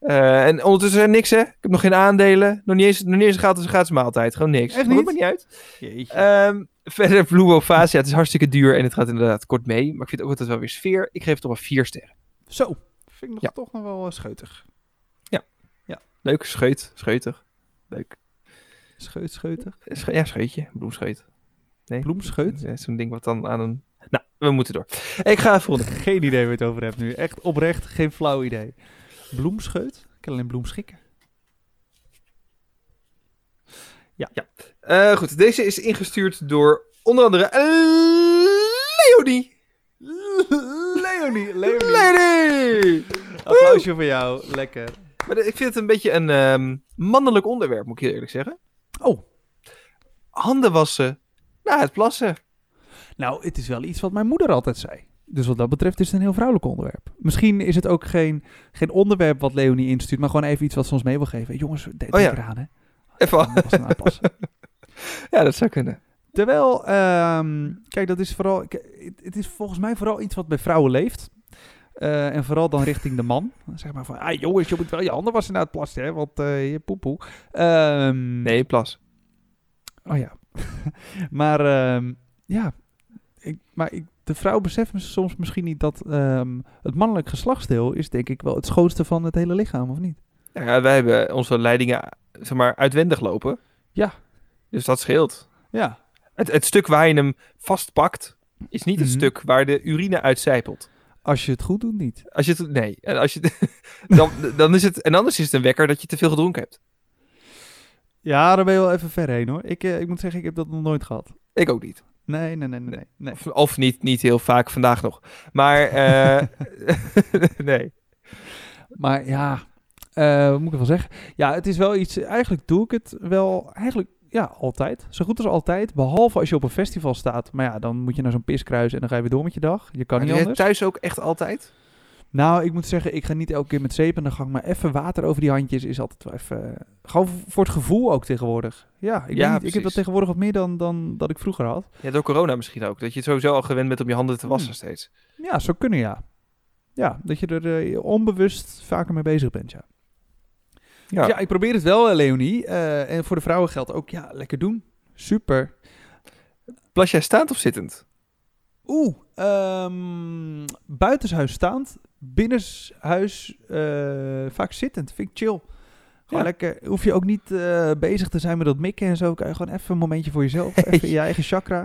Speaker 1: Eh, en ondertussen zijn niks, hè. Ik heb nog geen aandelen. Nog niet eens, nog niet eens een gratis, gratis maaltijd. Gewoon niks.
Speaker 2: Echt
Speaker 1: Maar
Speaker 2: niet?
Speaker 1: Dat maakt niet uit. Ehm, verder Blue Fasia. Het is hartstikke duur en het gaat inderdaad kort mee. Maar ik vind ook altijd wel weer sfeer. Ik geef het toch wel vier sterren.
Speaker 2: Zo, vind ik nog
Speaker 1: Ja.
Speaker 2: toch nog wel eh, scheutig.
Speaker 1: Leuk, scheut, scheutig. Leuk. Eh,
Speaker 2: Scheut, scheutig.
Speaker 1: Sche- ja, scheutje, bloemscheut.
Speaker 2: Bloemscheut.
Speaker 1: Ja, Zo'n ding wat dan aan een... Nou, we moeten door. Ik ga even ronden.
Speaker 2: Geen idee waar je het over hebt nu. Echt oprecht, geen flauw idee. Bloemscheut? Ik ken alleen bloemschikken.
Speaker 1: Eh, goed, deze is ingestuurd door onder andere eh, Leonie.
Speaker 2: Leonie,
Speaker 1: Leonie!
Speaker 2: Applausje voor jou. Lekker.
Speaker 1: Maar de- ik vind het een beetje een ehm, mannelijk onderwerp, moet ik je eerlijk zeggen.
Speaker 2: Oh.
Speaker 1: Handen wassen na het plassen.
Speaker 2: Nou, het is wel iets wat mijn moeder altijd zei. Dus wat dat betreft is het een heel vrouwelijk onderwerp. Misschien is het ook geen, geen onderwerp wat Leonie instuurt, maar gewoon even iets wat ze ons mee wil geven. Jongens, denk
Speaker 1: Oh ja.
Speaker 2: [laughs] eraan, hè.
Speaker 1: Even,
Speaker 2: Anders dan aanpassen.
Speaker 1: ja, dat zou kunnen.
Speaker 2: Terwijl, ehm, kijk, dat is vooral. k- het- Het is volgens mij vooral iets wat bij vrouwen leeft. Eh, en vooral dan richting de man. Zeg maar van, ah jongens, je moet wel je handen wassen na het plassen, hè, want eh, je poepoe. Ehm,
Speaker 1: Nee, plas.
Speaker 2: Oh ja. [laughs] maar ehm, ja, ik, maar ik, de vrouw beseft me soms misschien niet dat ehm, het mannelijk geslachtsdeel is denk ik wel het schoonste van het hele lichaam, of niet?
Speaker 1: Nou Ja, wij hebben onze leidingen zeg maar, uitwendig lopen.
Speaker 2: Ja.
Speaker 1: Dus dat scheelt.
Speaker 2: Ja.
Speaker 1: Het, het stuk waar je hem vastpakt, is niet
Speaker 2: Mhm.
Speaker 1: het stuk waar de urine uitcijpelt.
Speaker 2: Als je het goed doet, niet.
Speaker 1: Als je het, nee, en als je, het- [laughs] dan, dan is het, en anders is het een wekker dat je te veel gedronken hebt.
Speaker 2: Ja, daar ben je wel even ver heen hoor. Ik, eh, ik moet zeggen, ik heb dat nog nooit gehad.
Speaker 1: Ik ook niet.
Speaker 2: Nee, nee, nee, nee. nee. nee.
Speaker 1: Of, of niet, niet heel vaak vandaag nog. Maar, eh, [laughs] nee.
Speaker 2: Maar ja, eh, wat moet ik wel zeggen? Ja, het is wel iets. Eigenlijk doe ik het wel. Eigenlijk, ja, altijd. Zo goed als altijd. Behalve als je op een festival staat. Maar ja, dan moet je naar zo'n piskruis en dan ga je weer door met je dag. Je kan
Speaker 1: Maar doe
Speaker 2: niet
Speaker 1: jij
Speaker 2: anders.
Speaker 1: thuis ook echt altijd?
Speaker 2: Nou, ik moet zeggen, ik ga niet elke keer met zeep aan de gang. Maar even water over die handjes is altijd wel even. Gewoon voor het gevoel ook tegenwoordig. Ja,
Speaker 1: Ja,
Speaker 2: ik, weet niet, ik heb
Speaker 1: precies.
Speaker 2: dat tegenwoordig wat meer dan, dan dat ik vroeger had.
Speaker 1: Ja, door corona misschien ook. Dat je het sowieso al gewend bent om je handen te wassen
Speaker 2: Hmm.
Speaker 1: steeds.
Speaker 2: Ja, zo kunnen ja. Ja, dat je er eh, onbewust vaker mee bezig bent, ja.
Speaker 1: Ja.
Speaker 2: Dus ja, ik probeer het wel, eh, Leonie. Eh, en voor de vrouwen geldt ook, ja, lekker doen. Super.
Speaker 1: Plas jij staand of zittend?
Speaker 2: Oeh, ehm, buitenshuis staand, binnenshuis eh, vaak zittend. Vind ik chill.
Speaker 1: Ja.
Speaker 2: Gewoon lekker, hoef je ook niet eh, bezig te zijn met dat mikken en zo. Kan je gewoon even een momentje voor
Speaker 1: [laughs]
Speaker 2: jezelf, even in je eigen chakra.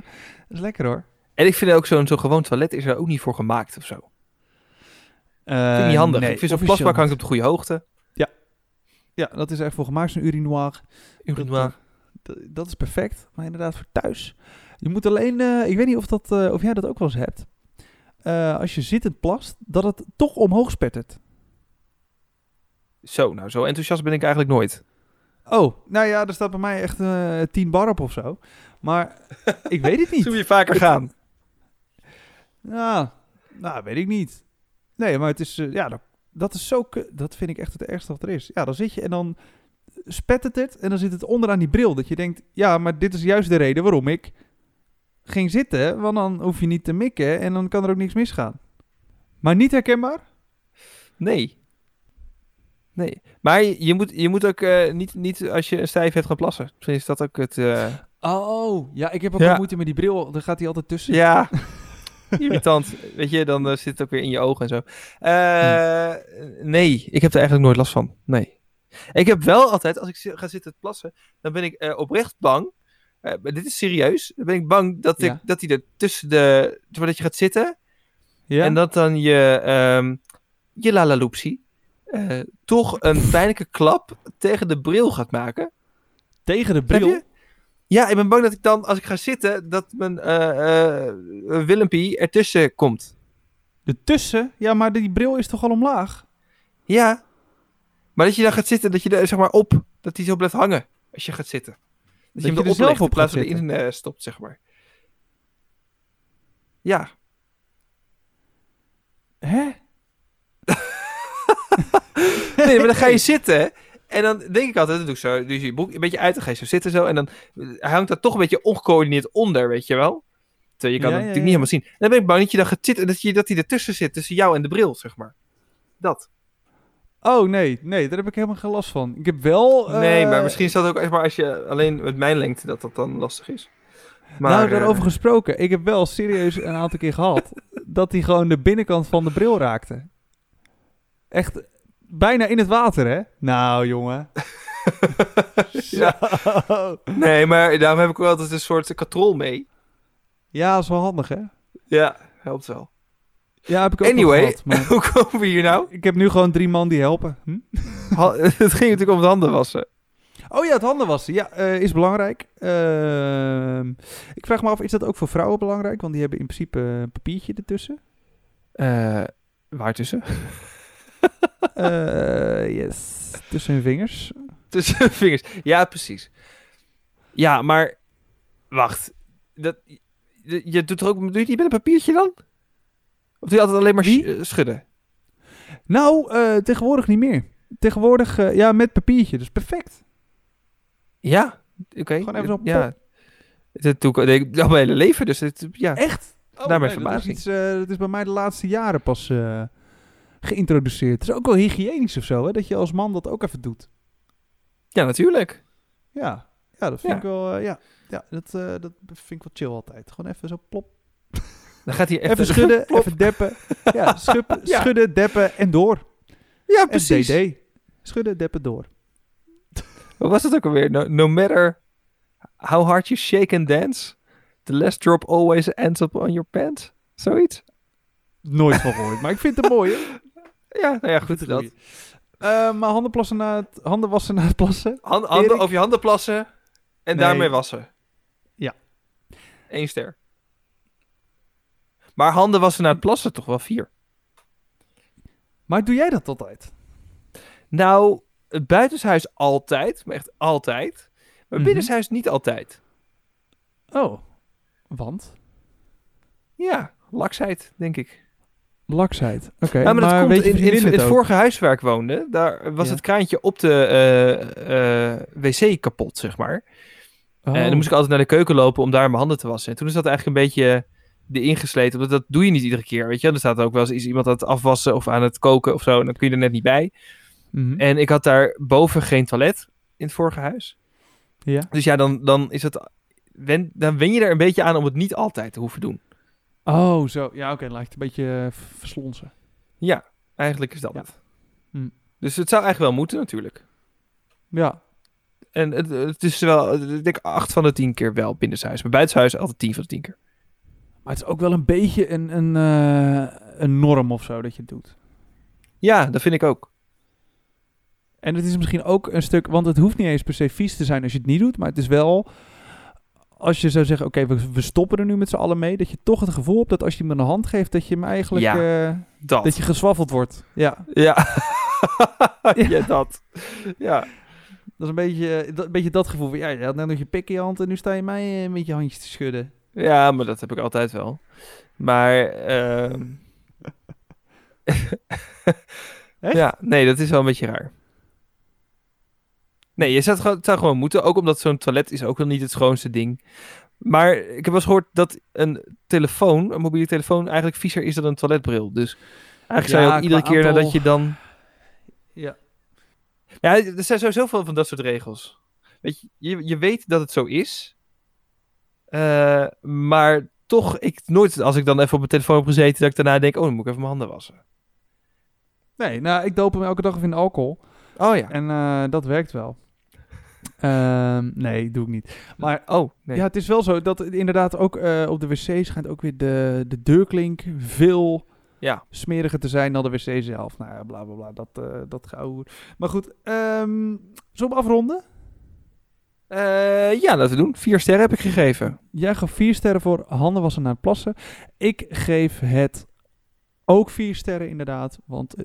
Speaker 2: Dat is lekker hoor.
Speaker 1: En ik vind ook zo'n zo'n gewoon toilet is er ook niet voor gemaakt of zo.
Speaker 2: Uh,
Speaker 1: Vind
Speaker 2: Eh,
Speaker 1: ik niet handig. ik vind zo'n plasbak hangt op de goede hoogte.
Speaker 2: Ja, dat is echt voor gemaakt, zo'n urinoir. Dat,
Speaker 1: Urinoir.
Speaker 2: eh, d- dat is perfect, maar inderdaad voor thuis. Je moet alleen, eh, ik weet niet of, dat, eh, of jij dat ook wel eens hebt. Eh, als je zittend plast, dat het toch omhoog spettert.
Speaker 1: Zo, nou, zo enthousiast ben ik eigenlijk nooit.
Speaker 2: Oh, nou ja, er staat bij mij echt eh 10 bar op of zo. Maar ik weet het niet.
Speaker 1: [laughs] Zullen we je vaker gaan?
Speaker 2: Ja, nou, weet ik niet. Nee, maar het is, eh, ja, dat, dat is zo, ku- dat vind ik echt het ergste wat er is. Ja, dan zit je en dan spet het het en dan zit het onderaan die bril. Dat je denkt, ja, maar dit is juist de reden waarom ik ging zitten. Want dan hoef je niet te mikken en dan kan er ook niks misgaan. Maar niet herkenbaar?
Speaker 1: Nee. Nee. Maar je je moet, je moet ook eh, niet, niet als je een stijf hebt gaan plassen. Misschien is dat ook het... eh,
Speaker 2: Oh, ja, ik heb
Speaker 1: ook Ja. wel
Speaker 2: moeite met die bril. Dan gaat hij altijd tussen. [laughs]
Speaker 1: Ja. Irritant. Weet je, dan eh, zit het ook weer in je ogen en zo. Eh, Nee, ik heb er eigenlijk nooit last van. Nee. Ik heb wel altijd, als ik zi- ga zitten plassen, dan ben ik eh, oprecht bang. Eh, maar dit is serieus. Dan ben ik bang dat, ik,
Speaker 2: Ja.
Speaker 1: dat hij er tussen de. voordat je gaat zitten.
Speaker 2: Ja?
Speaker 1: En dat dan je. ehm je lalaloopsie. eh, toch een pijnlijke klap tegen de bril gaat maken.
Speaker 2: tegen de
Speaker 1: Snap je? Ja, ik ben bang dat ik dan, als ik ga zitten, dat mijn eh eh Willempie ertussen komt.
Speaker 2: De tussen? Ja, maar die bril is toch al omlaag?
Speaker 1: Ja. Maar dat je dan gaat zitten, dat je er zeg maar op, dat die zo blijft hangen als je gaat zitten. Dat, je hem
Speaker 2: je
Speaker 1: er
Speaker 2: er zelf
Speaker 1: zelf
Speaker 2: op
Speaker 1: op plaats
Speaker 2: gaat
Speaker 1: van erin eh, stopt, zeg maar. Ja.
Speaker 2: Hè?
Speaker 1: [laughs] Nee, maar dan ga je zitten en dan denk ik altijd, dat doe ik zo, dus je broek een beetje uit, dan ga je zo zitten zo en dan eh, hangt dat toch een beetje ongecoördineerd onder, weet je wel. Terwijl je kan
Speaker 2: Ja,
Speaker 1: het
Speaker 2: ja,
Speaker 1: natuurlijk niet helemaal zien. En dan ben ik bang dat je dan gaat zitten, en dat, je, dat die ertussen zit, tussen jou en de bril, zeg maar. Dat.
Speaker 2: Oh nee, nee, daar heb ik helemaal geen last van. Ik heb wel. eh,
Speaker 1: nee, maar misschien is dat ook echt maar als je alleen met mijn lengte, dat dat dan lastig is. Maar,
Speaker 2: nou,
Speaker 1: eh,
Speaker 2: daarover gesproken. Ik heb wel serieus een aantal keer
Speaker 1: [laughs]
Speaker 2: gehad dat hij gewoon de binnenkant van de bril raakte. Echt bijna in het water, hè? Nou,
Speaker 1: [laughs]
Speaker 2: jongen.
Speaker 1: Ja.
Speaker 2: Zo.
Speaker 1: Nee, maar daarom heb ik wel altijd een soort katrol mee.
Speaker 2: Ja, is wel handig, hè?
Speaker 1: Ja, helpt wel. [laughs]
Speaker 2: Ja, heb ik ook nog
Speaker 1: Anyway.
Speaker 2: gehad, maar
Speaker 1: [laughs] Hoe komen we hier nou?
Speaker 2: ik heb nu gewoon drie man die helpen. Hm?
Speaker 1: Ha- [laughs] het ging natuurlijk om het handen wassen.
Speaker 2: Oh ja, het handen wassen. Ja, eh, is belangrijk. Ehm, ik vraag me af, is dat ook voor vrouwen belangrijk? Want die hebben in principe een papiertje [laughs] ertussen.
Speaker 1: Eh, waar tussen?
Speaker 2: Eh, yes. Tussen hun vingers.
Speaker 1: [laughs] Tussen de vingers. Ja, precies. Ja, maar wacht. Dat, je, je doet er ook, doe je het niet met een papiertje dan? Of doe je altijd alleen maar sch- eh, schudden?
Speaker 2: Nou, eh, tegenwoordig niet meer. Tegenwoordig, eh, ja, met papiertje. Dus perfect.
Speaker 1: Ja, oké.
Speaker 2: Gewoon even zo'n
Speaker 1: Ja. Dat doe ik dat deed ik [laughs] al mijn hele leven, dus het, ja.
Speaker 2: Echt? Oh,
Speaker 1: Naar mijn
Speaker 2: nee, dat is,
Speaker 1: verbazing.
Speaker 2: iets, eh, dat is bij mij de laatste jaren pas eh, geïntroduceerd. Het is ook wel hygiënisch of zo, hè? Dat je als man dat ook even doet.
Speaker 1: ja, natuurlijk.
Speaker 2: Ja, ja dat vind
Speaker 1: Ja.
Speaker 2: ik wel... eh, ja, ja dat, eh, dat vind ik wel chill altijd. Gewoon even zo plop.
Speaker 1: Dan gaat hij echt [laughs]
Speaker 2: Even [laughs] schudden, even deppen. Ja, schup-
Speaker 1: Ja.
Speaker 2: schudden, deppen en door.
Speaker 1: Ja,
Speaker 2: En
Speaker 1: precies.
Speaker 2: DD. Schudden, deppen, door.
Speaker 1: Wat was het ook alweer? No, no matter how hard you shake and dance, the last drop always ends up on your pants. Zoiets.
Speaker 2: Nooit van gehoord, maar ik vind het mooi. [laughs] hè?
Speaker 1: Ja, nou ja, goed.
Speaker 2: Goeie.
Speaker 1: Dat.
Speaker 2: Eh, maar handen, plassen na het, handen wassen na het plassen.
Speaker 1: Hand, handen,
Speaker 2: Erik?
Speaker 1: Over je handen plassen en daarmee wassen.
Speaker 2: Ja.
Speaker 1: Eén ster. Maar handen wassen na het plassen toch wel vier.
Speaker 2: Maar doe jij dat altijd?
Speaker 1: Nou, het buitenshuis altijd, maar echt altijd. Maar
Speaker 2: Mhm.
Speaker 1: binnenshuis niet altijd.
Speaker 2: Oh, want?
Speaker 1: Ja, laksheid, denk ik.
Speaker 2: Laksheid. Oké,
Speaker 1: Ja,
Speaker 2: maar,
Speaker 1: maar, dat
Speaker 2: weet
Speaker 1: komt
Speaker 2: je
Speaker 1: in, in,
Speaker 2: vriendin
Speaker 1: het
Speaker 2: dit ook?
Speaker 1: vorige huis waar ik woonde. Daar was
Speaker 2: Ja.
Speaker 1: het kraantje op de eh, eh, wc kapot, zeg maar.
Speaker 2: Oh.
Speaker 1: En Eh, dan moest ik altijd naar de keuken lopen om daar mijn handen te wassen. En toen is dat eigenlijk een beetje eh, de ingesleten. Want dat doe je niet iedere keer, weet je. Er staat ook wel eens iets- iemand aan het afwassen of aan het koken of zo. En dan kun je er net niet bij.
Speaker 2: Mhm.
Speaker 1: En ik had daar boven geen toilet in het vorige huis.
Speaker 2: Ja.
Speaker 1: Dus ja, dan, dan is het... Wen, dan wen je er een beetje aan om het niet altijd te hoeven doen.
Speaker 2: Oh, zo. Ja, oké, dan lijkt het een beetje eh, v- verslonsen.
Speaker 1: Ja, eigenlijk is dat
Speaker 2: Ja.
Speaker 1: het.
Speaker 2: Hm.
Speaker 1: Dus het zou eigenlijk wel moeten natuurlijk.
Speaker 2: Ja.
Speaker 1: En het, het is wel, ik denk, acht van de tien keer wel binnenshuis. Maar buitenshuis altijd tien van de tien keer.
Speaker 2: Maar het is ook wel een beetje een, een, eh, een norm of zo dat je het doet.
Speaker 1: Ja, dat vind ik ook.
Speaker 2: En het is misschien ook een stuk, want het hoeft niet eens per se vies te zijn als je het niet doet, maar het is wel, als je zou zeggen, oké, we, we stoppen er nu met z'n allen mee, dat je toch het gevoel hebt dat als je hem een hand geeft, dat je hem eigenlijk,
Speaker 1: Ja.
Speaker 2: eh,
Speaker 1: Dat.
Speaker 2: dat je geswaffeld wordt. Ja.
Speaker 1: Ja. ja, dat. Ja.
Speaker 2: Dat is een beetje, eh, dat, een beetje dat gevoel van, ja, je had net nog je pik in je hand en nu sta je mij eh, met je handjes te schudden.
Speaker 1: Ja, maar dat heb ik altijd wel. Maar, ehm,
Speaker 2: Echt?
Speaker 1: ja, nee, dat is wel een beetje raar. Nee, je zou het, gewoon- het zou gewoon moeten. Ook omdat zo'n toilet is ook wel niet het schoonste ding. Maar ik heb wel eens gehoord dat een telefoon, een mobiele telefoon, eigenlijk viezer is dan een toiletbril. Dus eigenlijk zou je
Speaker 2: Ja,
Speaker 1: ook iedere
Speaker 2: qua
Speaker 1: keer
Speaker 2: aantal-
Speaker 1: nadat je dan...
Speaker 2: Ja.
Speaker 1: Ja, er zijn sowieso veel van dat soort regels. Weet je, je, je weet dat het zo is. Eh, maar toch, ik nooit, als ik dan even op mijn telefoon heb gezeten, dat ik daarna denk, oh, dan moet ik even mijn handen wassen.
Speaker 2: Nee, nou, ik doop hem elke dag even in alcohol.
Speaker 1: Oh ja.
Speaker 2: En eh, dat werkt
Speaker 1: [laughs]
Speaker 2: wel. Ehm, nee, doe ik niet. Maar
Speaker 1: Oh, nee.
Speaker 2: ja, het is wel zo dat het inderdaad ook eh, op de wc schijnt ook weer de, de deurklink veel
Speaker 1: Ja.
Speaker 2: smeriger te zijn dan de wc zelf. Nou ja, bla bla bla, dat, eh dat gauw. Maar goed, ehm zullen we afronden?
Speaker 1: Eh, ja, laten we doen. Vier sterren heb ik gegeven.
Speaker 2: Jij gaf vier sterren voor handenwassen naar het plassen. Ik geef het ook vier sterren inderdaad, want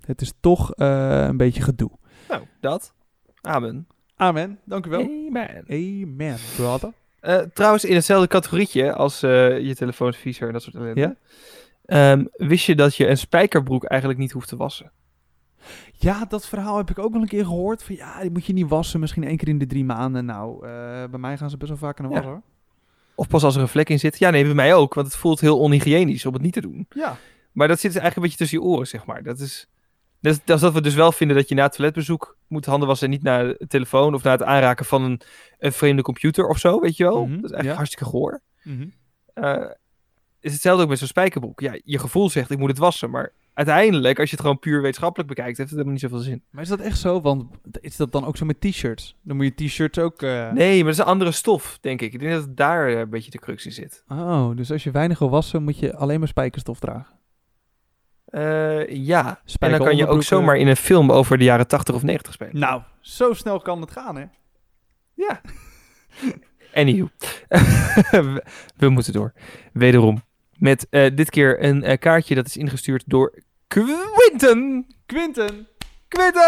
Speaker 2: het is toch eh, een beetje gedoe.
Speaker 1: Nou, dat. Amen.
Speaker 2: Amen, dank u wel.
Speaker 1: Amen.
Speaker 2: Amen, brother.
Speaker 1: Eh, trouwens, in hetzelfde categorietje als eh, je telefoonviezer en dat soort ellende.
Speaker 2: Ja?
Speaker 1: Ehm, wist je dat je een spijkerbroek eigenlijk niet hoeft te wassen?
Speaker 2: Ja, dat verhaal heb ik ook wel een keer gehoord. Van ja, die moet je niet wassen, misschien één keer in de drie maanden. Nou, eh, bij mij gaan ze best wel vaak naar
Speaker 1: Ja.
Speaker 2: wassen. hoor.
Speaker 1: Of pas als er een vlek in zit? Ja, nee, bij mij ook, want het voelt heel onhygiënisch om het niet te doen.
Speaker 2: Ja.
Speaker 1: Maar dat zit eigenlijk een beetje tussen je oren, zeg maar. Dat is, dat is, dat is dat we dus wel vinden dat je na het toiletbezoek moet handen wassen en niet naar de telefoon of na het aanraken van een, een vreemde computer of zo, weet je wel.
Speaker 2: Mhm,
Speaker 1: dat is eigenlijk
Speaker 2: ja.
Speaker 1: hartstikke goor.
Speaker 2: Mhm.
Speaker 1: Eh, is hetzelfde ook met zo'n spijkerbroek. Ja, je gevoel zegt ik moet het wassen, maar uiteindelijk, als je het gewoon puur wetenschappelijk bekijkt, heeft het helemaal niet zoveel zin.
Speaker 2: Maar is dat echt zo? Want is dat dan ook zo met t-shirts? Dan moet je t-shirts ook... eh,
Speaker 1: Nee, maar dat is een andere stof, denk ik. Ik denk dat het daar eh, een beetje de crux in zit.
Speaker 2: Oh, dus als je weinig wil wassen, moet je alleen maar spijkerstof dragen.
Speaker 1: Eh, ja, en dan kan je ook
Speaker 2: Spijkeronderbroeken.
Speaker 1: zomaar in een film over de jaren 80 of 90 spelen.
Speaker 2: Nou, zo snel kan het gaan, hè?
Speaker 1: Ja. [laughs] Anywho. [laughs] we, we moeten door. Wederom. Met eh, dit keer een eh, kaartje dat is ingestuurd door Quinten.
Speaker 2: Quinten!
Speaker 1: Quinten!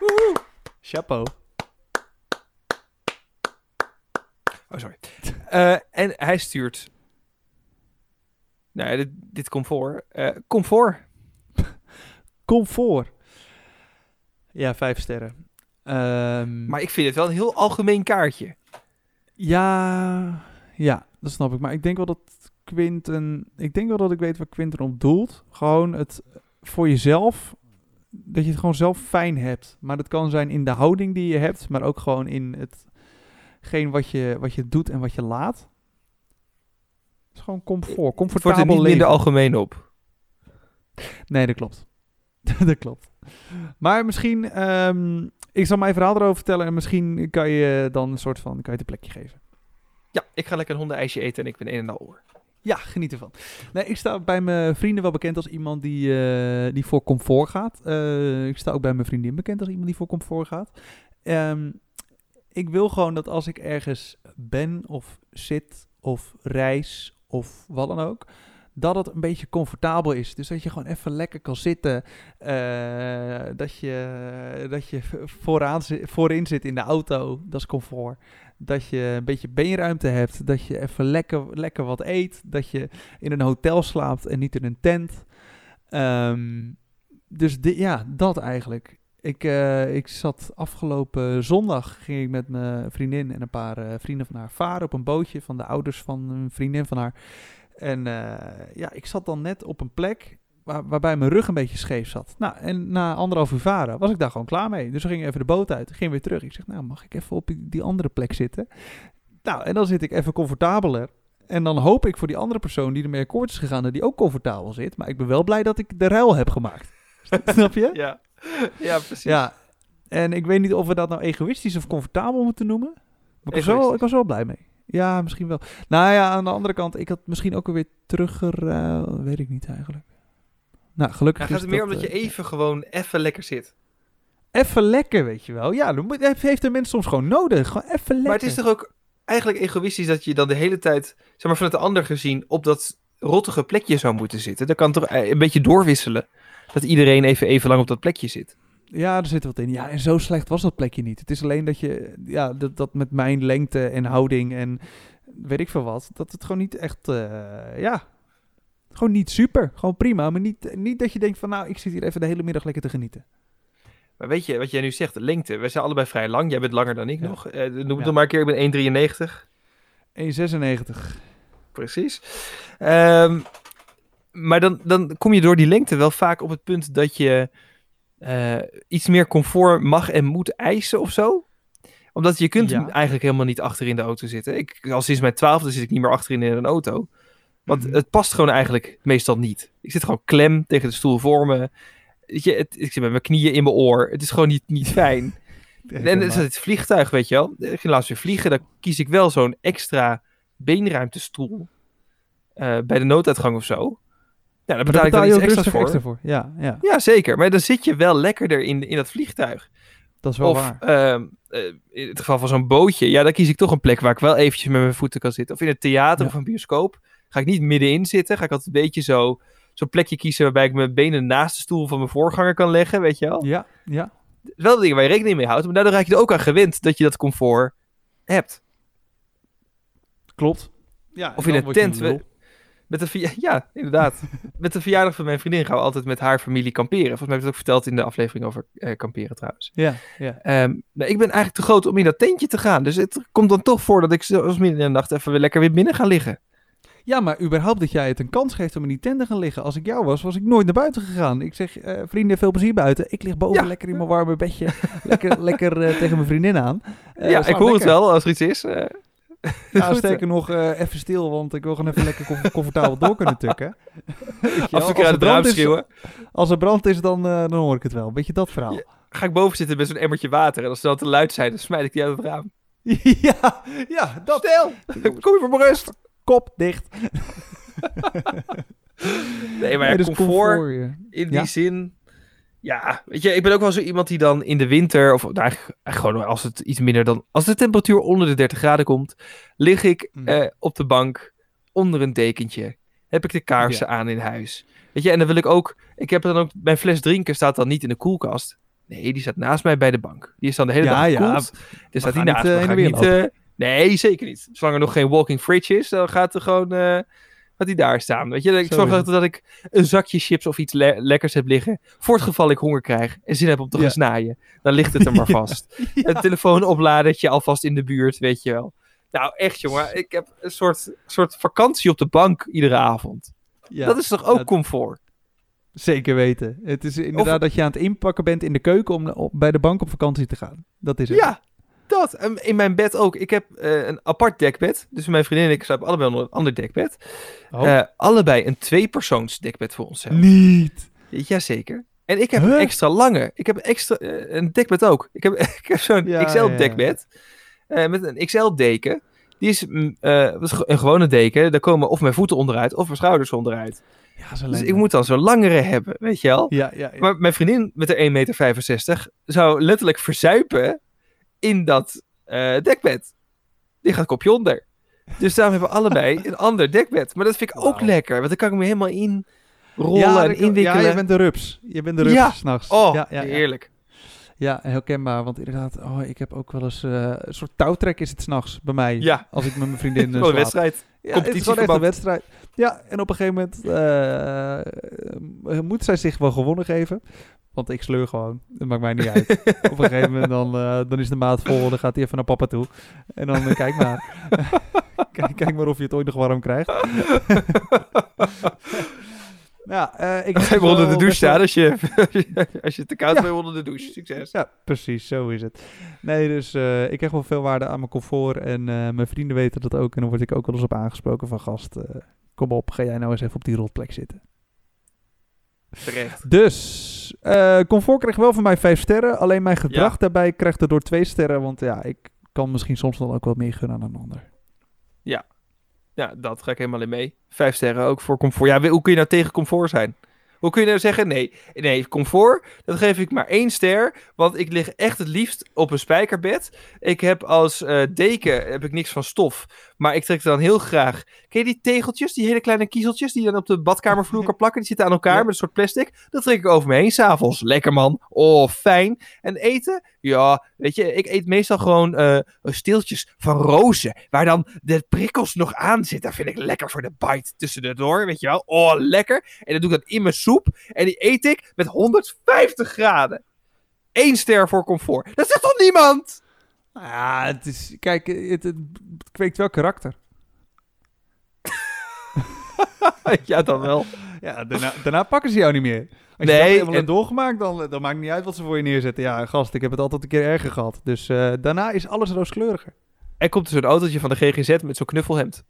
Speaker 1: Woehoe.
Speaker 2: Chapeau.
Speaker 1: Oh, sorry. [laughs] Eh, en hij stuurt... Nou ja, dit, dit komt voor. Eh, comfort.
Speaker 2: Comfort. Ja, vijf sterren. Ehm,
Speaker 1: Maar ik vind het wel een heel algemeen kaartje.
Speaker 2: Ja, ja, dat snap ik. Maar ik denk wel dat Quinten... Ik denk wel dat ik weet waar Quinten op doelt. Gewoon het voor jezelf... Dat je het gewoon zelf fijn hebt. Maar dat kan zijn in de houding die je hebt. Maar ook gewoon in hetgeen wat je, wat je doet en wat je laat. Het is gewoon
Speaker 1: Eh,
Speaker 2: comfort.
Speaker 1: Het wordt
Speaker 2: Comfortabel
Speaker 1: er niet
Speaker 2: leven.
Speaker 1: minder algemeen op.
Speaker 2: Nee, dat klopt. [laughs] dat klopt. Maar misschien... ehm, ik zal mijn verhaal erover vertellen. En misschien kan je dan een soort van... Kan je het een plekje geven.
Speaker 1: Ja, ik ga lekker een hondenijsje eten en ik ben een en al oor.
Speaker 2: Ja, geniet ervan. Nee, ik sta bij mijn vrienden wel bekend als iemand die, eh, die voor comfort gaat. Eh, ik sta ook bij mijn vriendin bekend als iemand die voor comfort gaat. Ehm, ik wil gewoon dat als ik ergens ben of zit of reis of wat dan ook, dat het een beetje comfortabel is. Dus dat je gewoon even lekker kan zitten. eh, dat je, dat je vooraan, zi- voorin zit in de auto. Dat is comfort. Dat je een beetje beenruimte hebt. Dat je even lekker, lekker wat eet. Dat je in een hotel slaapt en niet in een tent. Ehm, dus di- ja, dat eigenlijk. Ik, eh, ik zat afgelopen zondag, ging ik met mijn vriendin en een paar eh, vrienden van haar varen op een bootje van de ouders van een vriendin van haar. En eh, ja, ik zat dan net op een plek waar, waarbij mijn rug een beetje scheef zat. Nou, en na anderhalf uur varen was ik daar gewoon klaar mee. Dus we gingen even de boot uit, ging weer terug. Ik zeg, nou mag ik even op die- die andere plek zitten? Nou, en dan zit ik even comfortabeler. En dan hoop ik voor die andere persoon die ermee akkoord is gegaan... dat die ook comfortabel zit. Maar ik ben wel blij dat ik de ruil heb gemaakt. [laughs] Snap je?
Speaker 1: Ja, ja precies.
Speaker 2: Ja. En ik weet niet of we dat nou egoïstisch of comfortabel moeten noemen. Maar ik was, wel,
Speaker 1: Egoïstisch.
Speaker 2: ik was wel blij mee. Ja, misschien wel. Nou ja, aan de andere kant, ik had misschien ook alweer teruggeruild. Weet ik niet eigenlijk. Nou, gelukkig
Speaker 1: Ja, gaat
Speaker 2: is
Speaker 1: het meer omdat
Speaker 2: dat,
Speaker 1: je
Speaker 2: eh,
Speaker 1: even gewoon even lekker zit.
Speaker 2: Even lekker, weet je wel. Ja, dat moet- dat heeft de mens soms gewoon nodig. Gewoon even lekker.
Speaker 1: Maar het is toch ook eigenlijk egoïstisch dat je dan de hele tijd, zeg maar vanuit de ander gezien, op dat rottige plekje zou moeten zitten. Dan kan het toch eh, een beetje doorwisselen dat iedereen even, even lang op dat plekje zit.
Speaker 2: Ja, er zit wat in. Ja, en zo slecht was dat plekje niet. Het is alleen dat je, ja, dat, dat met mijn lengte en houding en weet ik veel wat, dat het gewoon niet echt, eh, ja, gewoon niet super. Gewoon prima, maar niet, niet dat je denkt van, nou, ik zit hier even de hele middag lekker te genieten.
Speaker 1: Maar weet je, wat jij nu zegt, lengte. We zijn allebei vrij lang. Jij bent langer dan ik
Speaker 2: Ja.
Speaker 1: nog. Eh, noem het
Speaker 2: Ja.
Speaker 1: nog maar een keer, ik ben 1,93.
Speaker 2: 1,96.
Speaker 1: Precies. Ehm, maar dan, dan kom je door die lengte wel vaak op het punt dat je eh, iets meer comfort mag en moet eisen of zo. Omdat je kunt
Speaker 2: Ja.
Speaker 1: eigenlijk helemaal niet achter in de auto zitten. Ik, al sinds mijn twaalfde zit ik niet meer achterin in een auto. Want
Speaker 2: Mhm.
Speaker 1: het past gewoon eigenlijk meestal niet. Ik zit gewoon klem tegen de stoel voor me. Weet je, het, ik zit met mijn knieën in mijn oor. Het is gewoon niet, niet fijn. En het is het vliegtuig, weet je wel. Ik ging laatst weer vliegen. Dan kies ik wel zo'n extra beenruimtestoel. eh, bij de nooduitgang of zo. Nou, daar betaal, ik dan iets extra's voor.
Speaker 2: voor. Ja, ja,
Speaker 1: Ja, zeker. Maar dan zit je wel lekkerder in, in dat vliegtuig.
Speaker 2: dat is wel
Speaker 1: of
Speaker 2: waar.
Speaker 1: ehm, eh, in het geval van zo'n bootje. Ja, dan kies ik toch een plek waar ik wel eventjes met mijn voeten kan zitten. Of in het theater
Speaker 2: Ja.
Speaker 1: of een bioscoop. Ga ik niet middenin zitten. Ga ik altijd een beetje zo... Zo'n plekje kiezen waarbij ik mijn benen naast de stoel van mijn voorganger kan leggen, weet je wel
Speaker 2: Ja, ja.
Speaker 1: wel dingen waar je rekening mee houdt. Maar daardoor raak je er ook aan gewend dat je dat comfort hebt.
Speaker 2: Klopt. Ja,
Speaker 1: Of in een tent. We- met de verja- [laughs] ja, inderdaad. met de verjaardag van mijn vriendin gaan we altijd met haar familie kamperen. Volgens mij heb ik het ook verteld in de aflevering over eh, kamperen trouwens.
Speaker 2: Ja, ja.
Speaker 1: Ehm, nou, ik ben eigenlijk te groot om in dat tentje te gaan. Dus het komt dan toch voor dat ik zoals midden in de nacht even weer lekker weer binnen ga liggen.
Speaker 2: ja, maar überhaupt dat jij het een kans geeft om in die tent te gaan liggen. Als ik jou was, was ik nooit naar buiten gegaan. Ik zeg, eh, vrienden, veel plezier buiten. Ik lig boven
Speaker 1: Ja.
Speaker 2: lekker in mijn warme bedje. [laughs] lekker lekker eh, tegen mijn vriendin aan. Eh,
Speaker 1: ja, ik
Speaker 2: slaap
Speaker 1: hoor het
Speaker 2: lekker.
Speaker 1: wel als er iets is. eh.
Speaker 2: Ja,
Speaker 1: Goed,
Speaker 2: steken nog eh, even stil, want ik wil gewoon even lekker comf- comfortabel door kunnen
Speaker 1: [laughs]
Speaker 2: tukken. Weet je
Speaker 1: Af en
Speaker 2: wel,
Speaker 1: toe keer
Speaker 2: als
Speaker 1: aan
Speaker 2: er
Speaker 1: het raam
Speaker 2: brand is- eh,
Speaker 1: schreeuwen.
Speaker 2: Als er brand is, dan, eh, dan hoor ik het wel. Beetje dat verhaal.
Speaker 1: Ga ik boven zitten met zo'n emmertje water. En als ze dan te luid zijn, dan smijt ik die uit het raam.
Speaker 2: [laughs] ja, ja, dat.
Speaker 1: Stil! Kom je voor mijn rust!
Speaker 2: Kop dicht.
Speaker 1: Nee, maar
Speaker 2: Nee, dus
Speaker 1: comfort
Speaker 2: ja.
Speaker 1: in die
Speaker 2: Ja.
Speaker 1: zin. Ja, weet je, ik ben ook wel zo iemand die dan in de winter, of nou, eigenlijk eigenlijk gewoon als het iets minder dan, als de temperatuur onder de 30 graden komt, lig ik
Speaker 2: Mm.
Speaker 1: eh, op de bank onder een dekentje. Heb ik de kaarsen aan in huis. Weet je, en dan wil ik ook, ik heb dan ook, mijn fles drinken staat dan niet in de koelkast. Nee, die staat naast mij bij de bank. Die is dan de hele
Speaker 2: Ja,
Speaker 1: dag
Speaker 2: ja,
Speaker 1: gekoeld. dus staat die
Speaker 2: gaan
Speaker 1: naast
Speaker 2: niet, eh,
Speaker 1: me. Ga
Speaker 2: heen en
Speaker 1: ik
Speaker 2: weer
Speaker 1: niet, eh, nee, zeker niet. Zolang er nog geen walking fridge is, dan gaat er gewoon, eh gaat die daar staan. Weet je, ik
Speaker 2: Zo
Speaker 1: zorg
Speaker 2: is het.
Speaker 1: dat, dat ik een zakje chips of iets le- lekkers heb liggen. Voor het geval ik honger krijg en zin heb om te gaan
Speaker 2: Ja.
Speaker 1: snaaien. Dan ligt
Speaker 2: [laughs]
Speaker 1: het er maar vast. Een telefoonopladertje alvast in de buurt, weet je wel. Nou, echt jongen. Ik heb een soort, soort vakantie op de bank iedere avond.
Speaker 2: Ja,
Speaker 1: Dat is toch ook
Speaker 2: Ja.
Speaker 1: comfort?
Speaker 2: zeker weten. Het is inderdaad dat je aan het inpakken bent in de keuken om op- bij de bank op vakantie te gaan. Dat is het.
Speaker 1: Ja, dat. En In mijn bed ook. Ik heb eh, een apart dekbed. Dus mijn vriendin en ik slapen allebei onder een ander dekbed.
Speaker 2: Oh.
Speaker 1: Eh, allebei een tweepersoons dekbed voor onszelf.
Speaker 2: Niet.
Speaker 1: Jazeker. En ik heb
Speaker 2: Huh?
Speaker 1: een extra lange. Ik heb een extra. eh, een dekbed ook. Ik heb, [laughs] ik heb zo'n
Speaker 2: Ja, ja, ja.
Speaker 1: XL-dekbed. met een XL-deken. Die is mm, eh, wat is ge- een gewone deken. Daar komen of mijn voeten onderuit of mijn schouders onderuit.
Speaker 2: Ja, zo
Speaker 1: Dus ik moet dan zo'n langere hebben, weet je wel.
Speaker 2: Ja, ja, ja.
Speaker 1: Maar mijn vriendin met haar 1,65 meter zou letterlijk verzuipen in dat eh, dekbed. Die gaat kopje onder. Dus daarom hebben we allebei
Speaker 2: [laughs]
Speaker 1: een ander dekbed. Maar dat vind ik ook
Speaker 2: Wauw.
Speaker 1: lekker, want dan kan ik me helemaal in rollen
Speaker 2: ja,
Speaker 1: en
Speaker 2: dat kan-
Speaker 1: inwikkelen.
Speaker 2: Ja, je bent de rups. Je bent de rups
Speaker 1: Ja.
Speaker 2: s'nachts.
Speaker 1: Oh,
Speaker 2: ja, ja, ja.
Speaker 1: heerlijk.
Speaker 2: ja, heel kenbaar. Want inderdaad, oh, ik heb ook wel eens eh, een soort touwtrek is het s'nachts bij mij.
Speaker 1: [laughs] Ja.
Speaker 2: Als ik met mijn vriendin eh,
Speaker 1: Wel een
Speaker 2: slaap.
Speaker 1: wedstrijd. [laughs]
Speaker 2: Ja, het is wel echt
Speaker 1: Competitieverband.
Speaker 2: een wedstrijd. Ja, en op een gegeven moment eh, eh, moet zij zich wel gewonnen geven. Want ik sleur gewoon. Dat maakt mij niet
Speaker 1: [laughs]
Speaker 2: uit. op een gegeven moment dan, eh, dan is de maat vol. Dan gaat hij even naar papa toe. En dan eh, kijk maar. [laughs] kijk, kijk maar of je het ooit nog warm krijgt. ja, eh
Speaker 1: [laughs]
Speaker 2: ik heb
Speaker 1: Ga je
Speaker 2: wel
Speaker 1: onder de douche
Speaker 2: best wel-
Speaker 1: staan als je, [laughs] als je te koud
Speaker 2: Ja.
Speaker 1: bent onder de douche. Succes.
Speaker 2: Ja, precies, zo is het. Nee, dus eh, ik hecht wel veel waarde aan mijn comfort en eh, mijn vrienden weten dat ook. En dan word ik ook wel eens op aangesproken van gast, eh, kom op, ga jij nou eens even op die rotplek zitten.
Speaker 1: Terecht.
Speaker 2: Dus, eh, comfort kreeg wel van mij vijf sterren, alleen mijn gedrag
Speaker 1: Ja.
Speaker 2: daarbij krijgt er door twee sterren. Want ja, ik kan misschien soms dan ook wat meer gunnen aan een ander.
Speaker 1: Ja, dat ga ik helemaal in mee. Vijf sterren ook voor comfort. Ja, hoe kun je nou tegen comfort zijn? Hoe kun je nou zeggen, nee, nee, comfort, dat geef ik maar één ster. Want ik lig echt het liefst op een spijkerbed. Ik heb als eh, deken heb ik niks van stof. Maar ik trek dan heel graag. Ken je die tegeltjes, die hele kleine kiezeltjes die je dan op de badkamervloer kan plakken? Die zitten aan elkaar
Speaker 2: Ja.
Speaker 1: met een soort plastic. Dat trek ik over me heen s'avonds. Lekker man. Oh, fijn. En eten? Ja, weet je, ik eet meestal gewoon eh, steeltjes van rozen. Waar dan de prikkels nog aan zitten. Dat vind ik lekker voor de bite tussendoor, weet je wel. Oh, lekker. En dan doe ik dat in mijn soep. En die eet ik met 150 graden. Eén ster voor comfort. Dat zegt toch niemand? [laughs]
Speaker 2: Nou Ja, het is, kijk, het, het kweekt wel karakter.
Speaker 1: ja, dan wel.
Speaker 2: Ja, daarna, daarna pakken ze jou niet meer. Als je
Speaker 1: Nee,
Speaker 2: dat helemaal hebt
Speaker 1: en-
Speaker 2: doorgemaakt, dan, dan maakt niet uit wat ze voor je neerzetten. Ja, gast, ik heb het altijd een keer erger gehad. Dus eh, daarna is alles rooskleuriger.
Speaker 1: Er komt dus een autootje van de GGZ met zo'n knuffelhemd.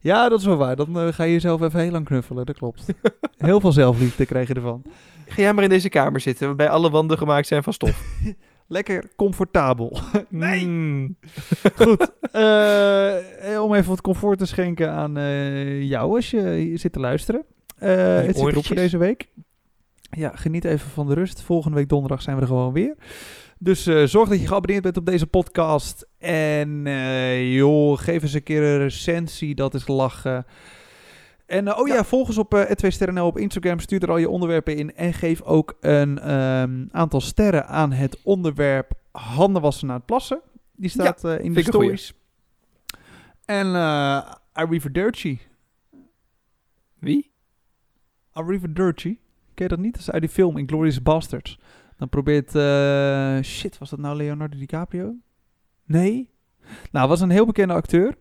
Speaker 2: Ja, dat is wel waar. Dan eh, ga je jezelf even heel lang knuffelen, dat klopt. [laughs] heel veel zelfliefde krijg je ervan.
Speaker 1: Ga jij maar in deze kamer zitten, waarbij alle wanden gemaakt zijn van
Speaker 2: [laughs]
Speaker 1: stof.
Speaker 2: Lekker comfortabel.
Speaker 1: Nee!
Speaker 2: Goed, eh, om even wat comfort te schenken aan eh, jou als je zit te luisteren. Eh, het zit erop voor
Speaker 1: oortjes.
Speaker 2: deze week. Ja, geniet even van de rust. Volgende week donderdag zijn we er gewoon weer. Dus eh, zorg dat je geabonneerd bent op deze podcast. En eh, joh, geef eens een keer een recensie. Dat is lachen. En eh, oh ja, volg ons op eh 2 sterrennl op Instagram. Stuur er al je onderwerpen in. En geef ook een ehm, aantal sterren aan het onderwerp handen wassen na het plassen. Die staat eh, in de
Speaker 1: ik een goeie.
Speaker 2: stories. En eh Arrivederci. [laughs]
Speaker 1: Wie?
Speaker 2: Arrivederci. Ken je dat niet? Dat is uit die film Inglourious Basterds. Dan probeert... eh, shit, was dat nou Leonardo DiCaprio? Nee? Nou, was een heel bekende acteur.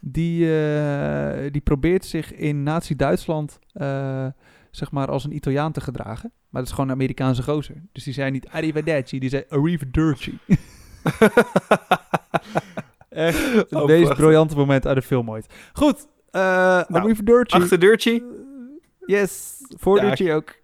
Speaker 2: Die, eh, die probeert zich in nazi-Duitsland... eh, zeg maar als een Italiaan te gedragen. Maar dat is gewoon een Amerikaanse gozer. Dus die zei niet Arrivederci, die zei
Speaker 1: [laughs]
Speaker 2: Arrivederci. Echt het
Speaker 1: Oh,
Speaker 2: meest
Speaker 1: prachtig.
Speaker 2: briljante moment uit de film ooit.
Speaker 1: Nou,
Speaker 2: Goed, eh Arrivederci.
Speaker 1: Achterdeurtje?
Speaker 2: Yes, voor
Speaker 1: Ja,
Speaker 2: Dutje ook.